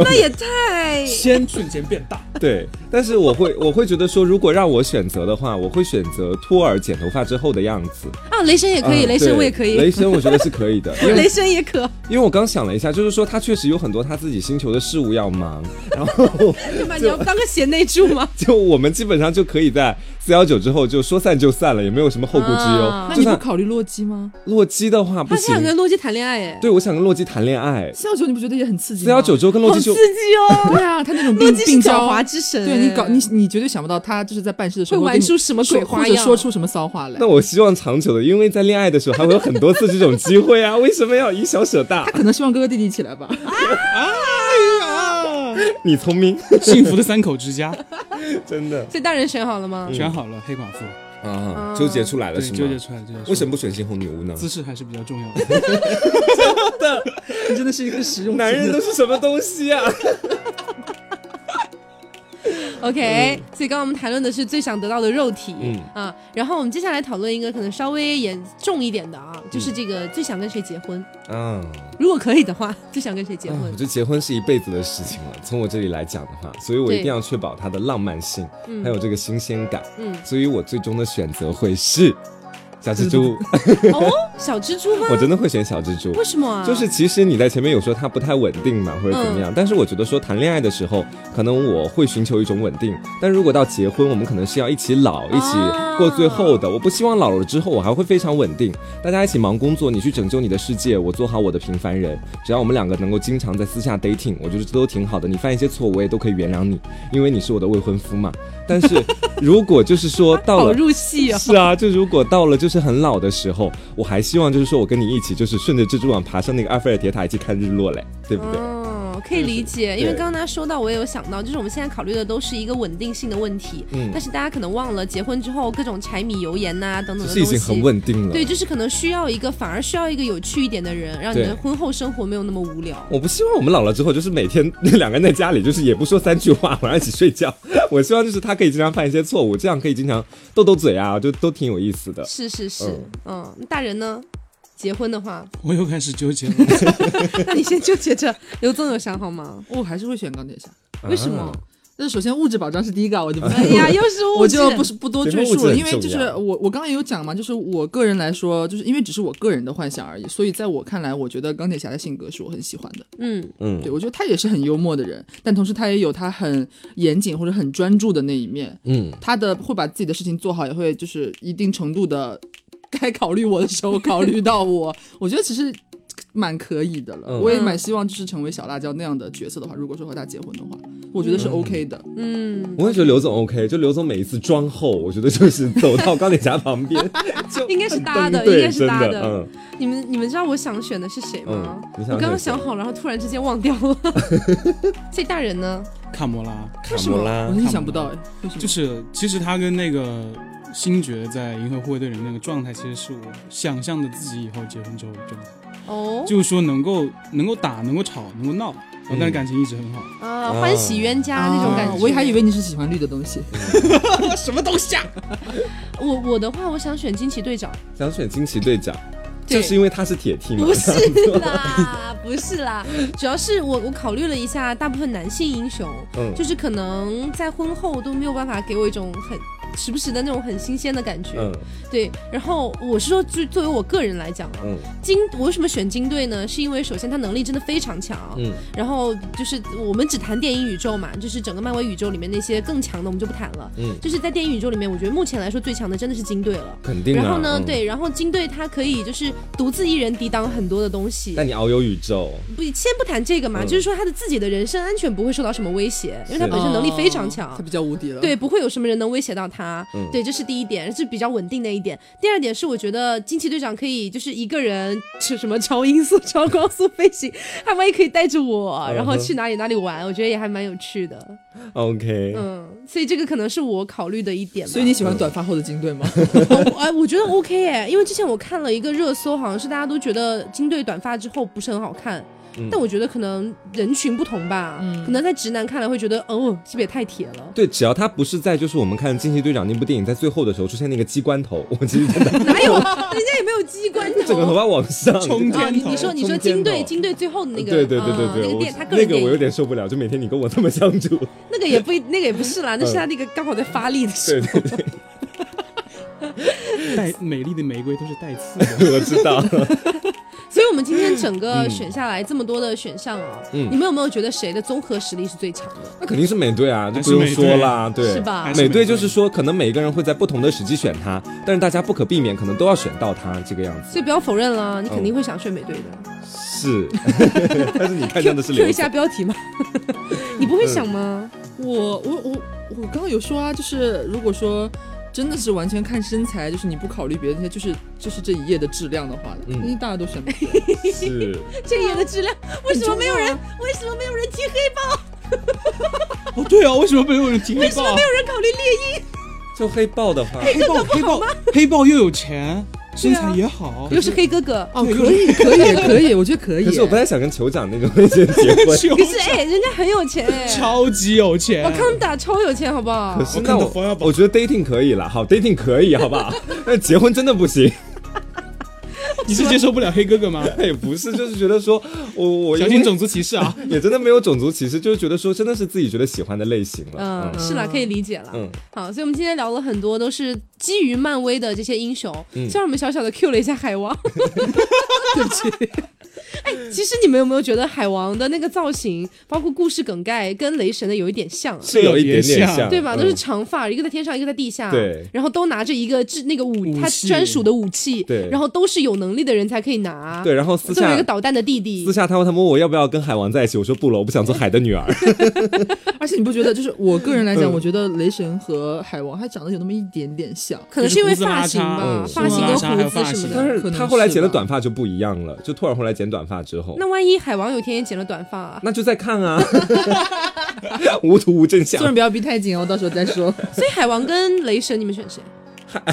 Speaker 1: 那也太
Speaker 4: 先瞬间变大。
Speaker 2: 对，但是我会我会觉得说，如果让我选择的话，我会选择托尔剪头发之后的样子。
Speaker 1: 啊！雷神也可以，
Speaker 2: 嗯
Speaker 1: 雷神
Speaker 2: 对
Speaker 1: 我也可以，
Speaker 2: 雷神我觉得是可以的，因为
Speaker 1: 雷神也可，
Speaker 2: 因为我刚想了一下，就是说他确实有很多他自己星球的事物要忙，然后
Speaker 1: 对吧？你要当个贤内助吗？
Speaker 2: 就我们基本上就可以在四幺九之后就说散就散了，也没有什么后顾之忧。
Speaker 1: 啊
Speaker 3: 那
Speaker 2: 就
Speaker 3: 你不
Speaker 2: 算
Speaker 3: 考虑洛基吗？
Speaker 2: 洛基的话不
Speaker 1: 他
Speaker 2: 行
Speaker 1: 想，跟洛基谈恋爱哎，
Speaker 2: 对我想跟洛基谈恋爱，
Speaker 3: 四幺九你不觉得也很刺激
Speaker 2: 四
Speaker 3: 吗？
Speaker 2: 幺九之后跟洛
Speaker 1: 好
Speaker 2: 基
Speaker 1: 刺
Speaker 2: 就
Speaker 1: 激 <laughs>
Speaker 2: <laughs>
Speaker 1: 哦！
Speaker 3: 对啊，他那种
Speaker 1: 洛
Speaker 3: 病
Speaker 1: 基是
Speaker 3: 病娇
Speaker 1: 狡猾之神哎，
Speaker 3: 对你搞你你绝对想不到他就是在办事的时候
Speaker 1: 会玩
Speaker 3: 跟你
Speaker 1: 出什么鬼
Speaker 3: 说
Speaker 1: 花
Speaker 3: 或者
Speaker 1: 样
Speaker 3: 说出什么骚话来
Speaker 2: 那。我希望长久的，因为在恋爱的时候还会有很多次这种机会啊，为什么要以小舍大？
Speaker 4: <laughs>
Speaker 3: 可能希望哥哥弟弟一起来吧。
Speaker 1: <laughs>
Speaker 4: 啊！
Speaker 2: 你聪
Speaker 4: <laughs>
Speaker 2: 明，
Speaker 4: 幸福的三口
Speaker 2: <laughs>
Speaker 4: 之家
Speaker 2: 真的
Speaker 1: 所以大人选好了吗？
Speaker 4: 选好了，黑寡妇
Speaker 2: 啊，纠结出来了
Speaker 4: 对
Speaker 2: 是吗？
Speaker 4: 纠结出来，纠结出来
Speaker 2: 嗯为什么不选猩红女巫呢？
Speaker 4: 姿势还是比较重要的？ <laughs>
Speaker 3: 你真的是一个实用
Speaker 2: 男人都是什么东西
Speaker 4: <laughs>
Speaker 2: 啊？
Speaker 1: OK，、所以刚刚我们谈论的是最想得到的肉体，
Speaker 2: 嗯
Speaker 1: 啊，然后我们接下来讨论一个可能稍微严重一点的啊，就是这个最想跟谁结婚，
Speaker 4: 嗯
Speaker 2: 啊，
Speaker 1: 如果可以的话，最想跟谁结婚
Speaker 2: 我？觉得结婚是一辈子的事情了，从我这里来讲的话，所以我一
Speaker 1: 对
Speaker 2: 定要确保它的浪漫性，还有这个新鲜感。
Speaker 1: 嗯
Speaker 2: 所以我最终的选择会是小蜘蛛，
Speaker 1: 哦，小蜘蛛吗？
Speaker 2: 我真的会选小蜘蛛。
Speaker 1: 为什么啊？嗯
Speaker 2: 就是其实你在前面有说它不太稳定嘛，或者怎么样，但是我觉得说谈恋爱的时候，可能我会寻求一种稳定，但如果到结婚，我们可能是要一起老，一起
Speaker 1: 啊
Speaker 2: 过最后的。我不希望老了之后我还会非常稳定，大家一起忙工作，你去拯救你的世界，我做好我的平凡人。只要我们两个能够经常在私下 dating，我觉得这都挺好的。你犯一些错，我也都可以原谅你，因为你是我的未婚夫嘛。但是如果就是说
Speaker 1: <laughs>
Speaker 2: 到
Speaker 1: 好
Speaker 2: 了
Speaker 1: 入戏哦。
Speaker 2: 是啊，就如果到了就是很老的时候，我还希望就是说我跟你一起，就是顺着蜘蛛网爬上那个埃菲尔铁塔，一起看日落嘞，对不对？
Speaker 1: 嗯嗯，可以理解，因为刚刚大家说到，我也有想到，就是我们现在考虑的都是一个稳定性的问题，
Speaker 2: 嗯
Speaker 1: 但是大家可能忘了结婚之后各种柴米油盐呐、等等
Speaker 2: 就
Speaker 1: 的
Speaker 2: 是已
Speaker 1: 东
Speaker 2: 经很
Speaker 1: 西。
Speaker 2: 稳定了。
Speaker 1: 对，就是可能需要一个，反而需要一个有趣一点的人，让你的
Speaker 2: 对
Speaker 1: 婚后生活没有那么无聊。
Speaker 2: 我不希望我们老了之后就是每天 <laughs> 两个人在家里，就是也不说三句话，晚上一起睡觉。 <laughs> 我希望就是他可以经常犯一些错误，这样可以经常斗斗嘴啊，就都挺有意思的。
Speaker 1: 是是是，嗯，那大人呢？结婚的话， <laughs>
Speaker 4: 我又开始纠结了。
Speaker 2: <laughs>
Speaker 1: 那你先纠结着。刘总有想好吗？ <laughs>
Speaker 3: 我哦还是会选钢铁侠。
Speaker 1: 为什么？
Speaker 2: 啊
Speaker 3: 但是首先物质保障是第一个，啊我就不
Speaker 1: 哎
Speaker 3: <laughs>
Speaker 1: 呀，又是物
Speaker 3: 我
Speaker 1: 质
Speaker 3: 就不是不多赘述了，
Speaker 2: 对
Speaker 3: 因
Speaker 2: 物质很
Speaker 3: 为
Speaker 2: 重
Speaker 3: 就是
Speaker 2: 要
Speaker 3: 我我刚刚也有讲嘛，就是我个人来说，就是因为只是我个人的幻想而已，所以在我看来，我觉得钢铁侠的性格是我很喜欢的。
Speaker 1: 嗯
Speaker 2: 嗯
Speaker 3: 对，我觉得他也是很幽默的人，但同时他也有他很严谨或者很专注的那一面。
Speaker 2: 嗯，
Speaker 3: 他的会把自己的事情做好，也会就是一定程度的，该考虑我的时候考虑到我。 <laughs> 我觉得其实蛮可以的了，
Speaker 2: 嗯
Speaker 3: 我也蛮希望就是成为小辣椒那样的角色的话，如果说和他结婚的话，我觉得是 OK 的。
Speaker 1: 嗯，
Speaker 2: 我也觉得刘总 OK，就刘总每一次装厚，我觉得就是 <laughs> 走到钢铁侠旁边，就
Speaker 1: 应该是 <laughs> 搭的，
Speaker 2: 对
Speaker 1: 应该是搭
Speaker 2: 真的嗯
Speaker 1: 你们你们知道我想选的是谁吗？
Speaker 2: 嗯你想
Speaker 1: 我刚刚
Speaker 2: 选
Speaker 1: 想好了，然后突然之间忘掉了。 <laughs> 所以大人呢？
Speaker 4: 卡莫拉
Speaker 2: 卡
Speaker 1: 什么
Speaker 2: 莫拉
Speaker 3: 我真的想不到哎，为什么
Speaker 4: 就是，其实他跟那个星爵在《银河护卫队》里面那个状态，其实是我想象的自己以后结婚之后的状态，
Speaker 1: 哦
Speaker 4: 就是说能够能够打，能够吵，能够闹，然后但是感情一直很好。
Speaker 1: 啊，欢喜冤家那种感觉。
Speaker 3: 啊我也还以为你是喜欢绿的东西。
Speaker 4: 什么东西啊？
Speaker 1: 我我的话，我想选惊奇队长。
Speaker 2: 想选惊奇队长，
Speaker 1: 对
Speaker 2: 就是因为他是铁 T 嘛
Speaker 1: <laughs> 不。是啦， <laughs> 不是啦，主要是我我考虑了一下，大部分男性英雄，
Speaker 2: 嗯
Speaker 1: 就是可能在婚后都没有办法给我一种很时不时的那种很新鲜的感觉。
Speaker 2: 嗯
Speaker 1: 对，然后我是说，就作为我个人来讲啊，
Speaker 2: 嗯
Speaker 1: 金我为什么选金队呢？是因为首先他能力真的非常强，
Speaker 2: 嗯
Speaker 1: 然后就是我们只谈电影宇宙嘛，就是整个漫威宇宙里面那些更强的我们就不谈了。
Speaker 2: 嗯，
Speaker 1: 就是在电影宇宙里面，我觉得目前来说最强的真的是金队了。
Speaker 2: 肯定啊。
Speaker 1: 然后呢，
Speaker 2: 嗯。
Speaker 1: 对，然后金队他可以就是独自一人抵挡很多的东西
Speaker 2: 那。你遨游宇宙，
Speaker 1: 不，先不谈这个嘛，
Speaker 2: 嗯
Speaker 1: 就是说他的自己的人身安全不会受到什么威胁，因为他
Speaker 2: 是
Speaker 1: 本身能力非常
Speaker 3: 哦
Speaker 1: 强
Speaker 3: 他。比较无敌了。
Speaker 1: 对，，不会有什么人能威胁到他。
Speaker 2: 嗯
Speaker 1: 对，这是第一点，是比较稳定的一点。第二点是，我觉得惊奇队长可以就是一个人是什么超音速、超光速飞行，他万一可以带着我，然后
Speaker 2: 嗯哼
Speaker 1: 去哪里哪里玩，我觉得也还蛮有趣的。
Speaker 2: OK，、
Speaker 1: 嗯，所以这个可能是我考虑的一点吧。
Speaker 3: 所以你喜欢短发后的金队吗？
Speaker 1: 哦哎， <laughs> 我觉得 OK 哎，因为之前我看了一个热搜，好像是大家都觉得金队短发之后不是很好看，
Speaker 2: 嗯，
Speaker 1: 但我觉得可能人群不同吧，可能在直男看来会觉得，哦，这也太铁了
Speaker 2: <laughs> 对，只要他不是在就是我们看《惊奇队长》那部电影在最后的时候出现那个鸡冠头，我其实真的
Speaker 1: 哪有，人家也没有鸡冠
Speaker 2: 整个头
Speaker 1: 头。
Speaker 2: 发往上
Speaker 4: 冲
Speaker 1: 啊，你
Speaker 4: 尖头
Speaker 1: 你说你说
Speaker 2: 中间
Speaker 1: 金队
Speaker 2: 头
Speaker 1: 金队最后的那个
Speaker 2: 对对对对
Speaker 1: 啊那
Speaker 2: 对，
Speaker 1: 个
Speaker 2: 我
Speaker 1: 电他个人
Speaker 2: 那
Speaker 1: 电
Speaker 2: 个我有
Speaker 1: 影
Speaker 2: 点受不了，就每天你跟我这么相
Speaker 1: <laughs>
Speaker 2: 处，
Speaker 1: 那个
Speaker 2: <laughs>
Speaker 1: 也不那个也不是啦，那是他那个刚好在发力的时
Speaker 2: 嗯对
Speaker 1: 候，
Speaker 2: 对对，
Speaker 4: 带美丽的玫瑰都是带刺的。
Speaker 2: 我知
Speaker 1: <laughs>
Speaker 2: 道。
Speaker 1: 所以我们今天整个
Speaker 2: 嗯
Speaker 1: 选下来这么多的选项啊，你们有没有觉得谁的综合实力是最强的？
Speaker 2: 那肯定是美队啊，就不用说啦，对，
Speaker 1: 是吧还
Speaker 4: 是美
Speaker 2: 美
Speaker 4: 队
Speaker 2: 队就是说，可能每一个人会在不同的时机选他，但是大家不可避免，可能都要选到他这个样子。
Speaker 1: 所以不要否认啦，你肯
Speaker 2: 嗯
Speaker 1: 定会想选美队的。 <laughs>
Speaker 2: 是，但是你看真
Speaker 1: Q
Speaker 2: 的是
Speaker 1: Q
Speaker 2: 嗯刘
Speaker 1: 一下标题嘛， <laughs> 你不会想吗？
Speaker 3: 我我我我刚刚有说啊，就是如果说真的是完全看身材，就是你不考虑别的那些，就是就是这一页的质量的话，
Speaker 2: 嗯
Speaker 3: 那、大家都选美队。
Speaker 2: 总是，
Speaker 1: 这个页的质量为什么没有人？
Speaker 2: 啊
Speaker 1: 为什么没有人提黑豹？
Speaker 4: <laughs> 哦，对啊，为什么没有人提黑
Speaker 1: 为什么
Speaker 4: 豹
Speaker 1: 没？有人考虑猎鹰？
Speaker 2: 就黑豹的话，
Speaker 4: 黑豹，黑豹，黑豹又有钱，身材也
Speaker 1: 啊
Speaker 4: 好，
Speaker 1: 又是黑哥哥。
Speaker 3: 哦，可以可以可以，我觉得可以。
Speaker 2: 可是我不太想跟酋长那种类型结婚。
Speaker 4: 是有
Speaker 1: 可是哎，人家很有钱哎，
Speaker 4: 超级有钱
Speaker 1: 我。看他们打超有钱，好不好
Speaker 2: 哎可？是
Speaker 4: 啊我
Speaker 2: 那
Speaker 4: 看到
Speaker 2: 我
Speaker 4: 冯小宝
Speaker 2: 我觉得 dating 可以啦，好 dating 可以，好不
Speaker 4: <laughs>
Speaker 2: 好？那结婚真的不行，
Speaker 4: 你是接受不了黑哥哥吗？
Speaker 2: 也哎不是，就是觉得说我我
Speaker 4: 小
Speaker 2: 因
Speaker 4: 心
Speaker 2: 为
Speaker 4: 种族歧视啊！
Speaker 2: 也真的没有种族歧视，就是觉得说真的是自己觉得喜欢的类型了。
Speaker 1: 嗯，是啦，可以理解了。
Speaker 2: 嗯
Speaker 1: 好，所以我们今天聊了很多，都是基于漫威的这些英雄。虽然我们小小的 Q 了一下海王，哎
Speaker 3: 对不
Speaker 1: <laughs>
Speaker 3: 起，
Speaker 1: 其实你们有没有觉得海王的那个造型，包括故事梗概，跟雷神的有一点像啊？
Speaker 2: 是有一点点
Speaker 4: 像
Speaker 2: 像，
Speaker 1: 对吧？都
Speaker 2: 嗯
Speaker 1: 是长发，一个在天上，一个在地下，
Speaker 2: 对
Speaker 1: 然后都拿着一个制那个武
Speaker 4: 武
Speaker 1: 他
Speaker 4: 器
Speaker 1: 专属的武器，
Speaker 2: 对
Speaker 1: 然后都是有能力的人才可以拿，
Speaker 2: 对，，然后私
Speaker 1: 作为
Speaker 2: 下
Speaker 1: 一个导弹的弟弟
Speaker 2: 私，下他问他问我要不要跟海王在一起，我说不了，我不想做海的女儿。
Speaker 3: 而且你不觉得就是我个人来讲，
Speaker 2: 嗯
Speaker 3: 我觉得雷神和海王还长得有那么一点点 <laughs> 像。
Speaker 1: 可能是因为
Speaker 4: 就是胡子拉
Speaker 1: 发型
Speaker 4: 碴
Speaker 1: 吧，
Speaker 2: 嗯
Speaker 1: 发型跟胡子什么
Speaker 4: 是
Speaker 1: 的
Speaker 2: 但。是
Speaker 3: 可能
Speaker 2: 他后来
Speaker 3: 是
Speaker 2: 剪了
Speaker 3: 吧
Speaker 2: 短发就不一样了，就突然后来剪短发之后，
Speaker 1: 那万一海王有一天也剪了短发啊？
Speaker 2: 那就再看啊， <laughs> 无图无真
Speaker 3: 做人
Speaker 2: 相。
Speaker 3: 不要逼太紧哦，到时候再 <laughs> 说。
Speaker 1: 所以海王跟雷神，你们选谁？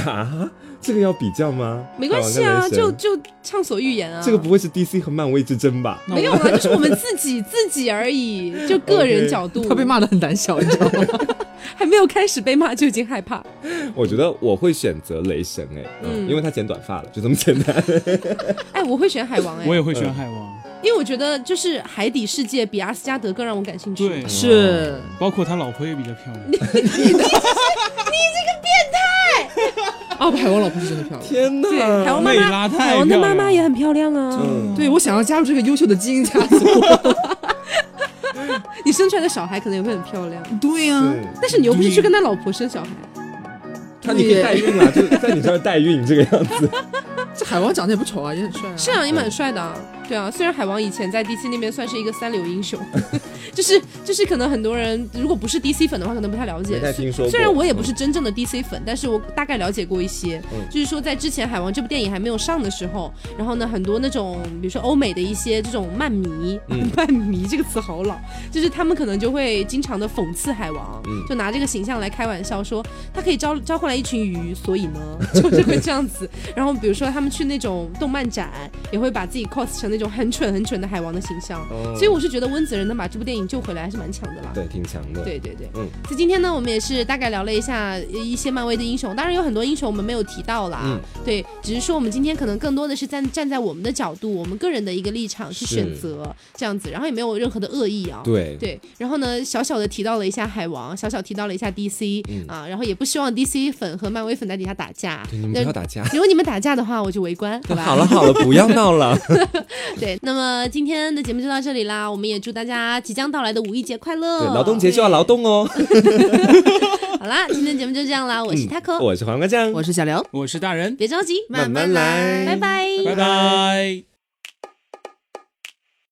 Speaker 2: 啊，这个要比较吗？
Speaker 1: 没关系啊，
Speaker 2: 海王跟雷神
Speaker 1: 就就畅所欲言啊。
Speaker 2: 这个不会是 DC 和漫威之争吧？
Speaker 4: 那我
Speaker 1: 没有啊，就是我们自己自己而已，就个人角度。
Speaker 3: 他被骂的很胆小，你知道吗？
Speaker 1: 还没有开始被骂就已经害怕。
Speaker 2: 我觉得我会选择雷神哎、嗯，
Speaker 1: 嗯
Speaker 2: 因为他剪短发了，就这么简单。
Speaker 1: 哎，我会选海王哎、
Speaker 4: 我也会选海王，
Speaker 1: 因为我觉得就是海底世界比阿斯加德更让我感兴趣。
Speaker 4: 对，
Speaker 3: 是，
Speaker 4: 包括他老婆也比较漂亮。
Speaker 3: 哦，海王老婆是真的漂亮。
Speaker 2: <laughs> 天
Speaker 1: 对，
Speaker 2: 哪！
Speaker 1: 海王妈
Speaker 4: 内
Speaker 1: 妈，
Speaker 4: 拉太
Speaker 1: 海王的
Speaker 4: 漂
Speaker 1: 妈妈
Speaker 4: 亮
Speaker 1: 也很漂亮啊。
Speaker 3: 对，我想要加入这个优秀的基因家族。
Speaker 1: 你生出来的小孩可能也会很漂亮，
Speaker 3: <laughs> 对啊呀、
Speaker 2: 对，
Speaker 1: 但是你又不是去跟他老婆生小孩，
Speaker 2: 他你可以代孕啊，就在你这儿代孕这个样 <laughs> 子。
Speaker 3: 这海王长得也不丑啊，也很帅啊。
Speaker 1: 是啊，也蛮帅的啊。对啊，虽然海王以前在 DC 那边算是一个三流英雄，就是就是可能很多人如果不是 DC 粉的话，可能不太了解
Speaker 2: 没太。听说过
Speaker 1: 虽然我也不是真正的 DC 粉，但是我大概了解过一些。
Speaker 2: 嗯
Speaker 1: 就是说，在之前《海王》这部电影还没有上的时候，然后呢，很多那种比如说欧美的一些这种漫迷，
Speaker 2: 嗯
Speaker 1: <laughs> 漫迷这个词好老，就是他们可能就会经常的讽刺海王，
Speaker 2: 嗯
Speaker 1: 就拿这个形象来开玩笑说他可以招招过来一群鱼，所以呢， <laughs> 就是会这样子。然后比如说他们去那种动漫展，也会把自己 cos 成那种很蠢很蠢的海王的形象。
Speaker 2: 哦
Speaker 1: 所以我是觉得温子仁能把这部电影救回来还是蛮强的啦。
Speaker 2: 对，挺强的。，
Speaker 1: 对对对，
Speaker 2: 嗯
Speaker 1: 嗯，所以今天呢，我们也是大概聊了一下呃一些漫威的英雄，当然有很多英雄我们没有提到啦，
Speaker 2: 嗯
Speaker 1: 对，只是说我们今天可能更多的是站站在我们的角度，我们个人的一个立场去
Speaker 2: 是
Speaker 1: 选择这样子，然后也没有任何的恶意啊。
Speaker 2: 对，
Speaker 1: 对，然后呢，小小的提到了一下海王，小小提到了一下 DC、啊，然后也不希望 DC 粉和漫威粉在底下打架。
Speaker 2: 嗯对你们不要打架。
Speaker 1: 如果你们打架的话，我就围
Speaker 2: <laughs>
Speaker 1: 观，好吧？
Speaker 2: 好了好了，不要
Speaker 1: <laughs>
Speaker 2: 闹了。
Speaker 1: 对，那么今天的节目就到这里啦，我们也祝大家即将到来的五一节快乐，
Speaker 2: 对，劳动节就要劳动哦。
Speaker 1: 好啦，今天节目就这样啦，我
Speaker 2: 嗯
Speaker 1: 是 Taco，、
Speaker 2: 我是黄瓜酱，
Speaker 1: <laughs>
Speaker 3: 我是小刘，
Speaker 4: 我是大人，
Speaker 1: 别着急，
Speaker 2: 慢慢来
Speaker 1: 拜拜，
Speaker 4: 拜拜。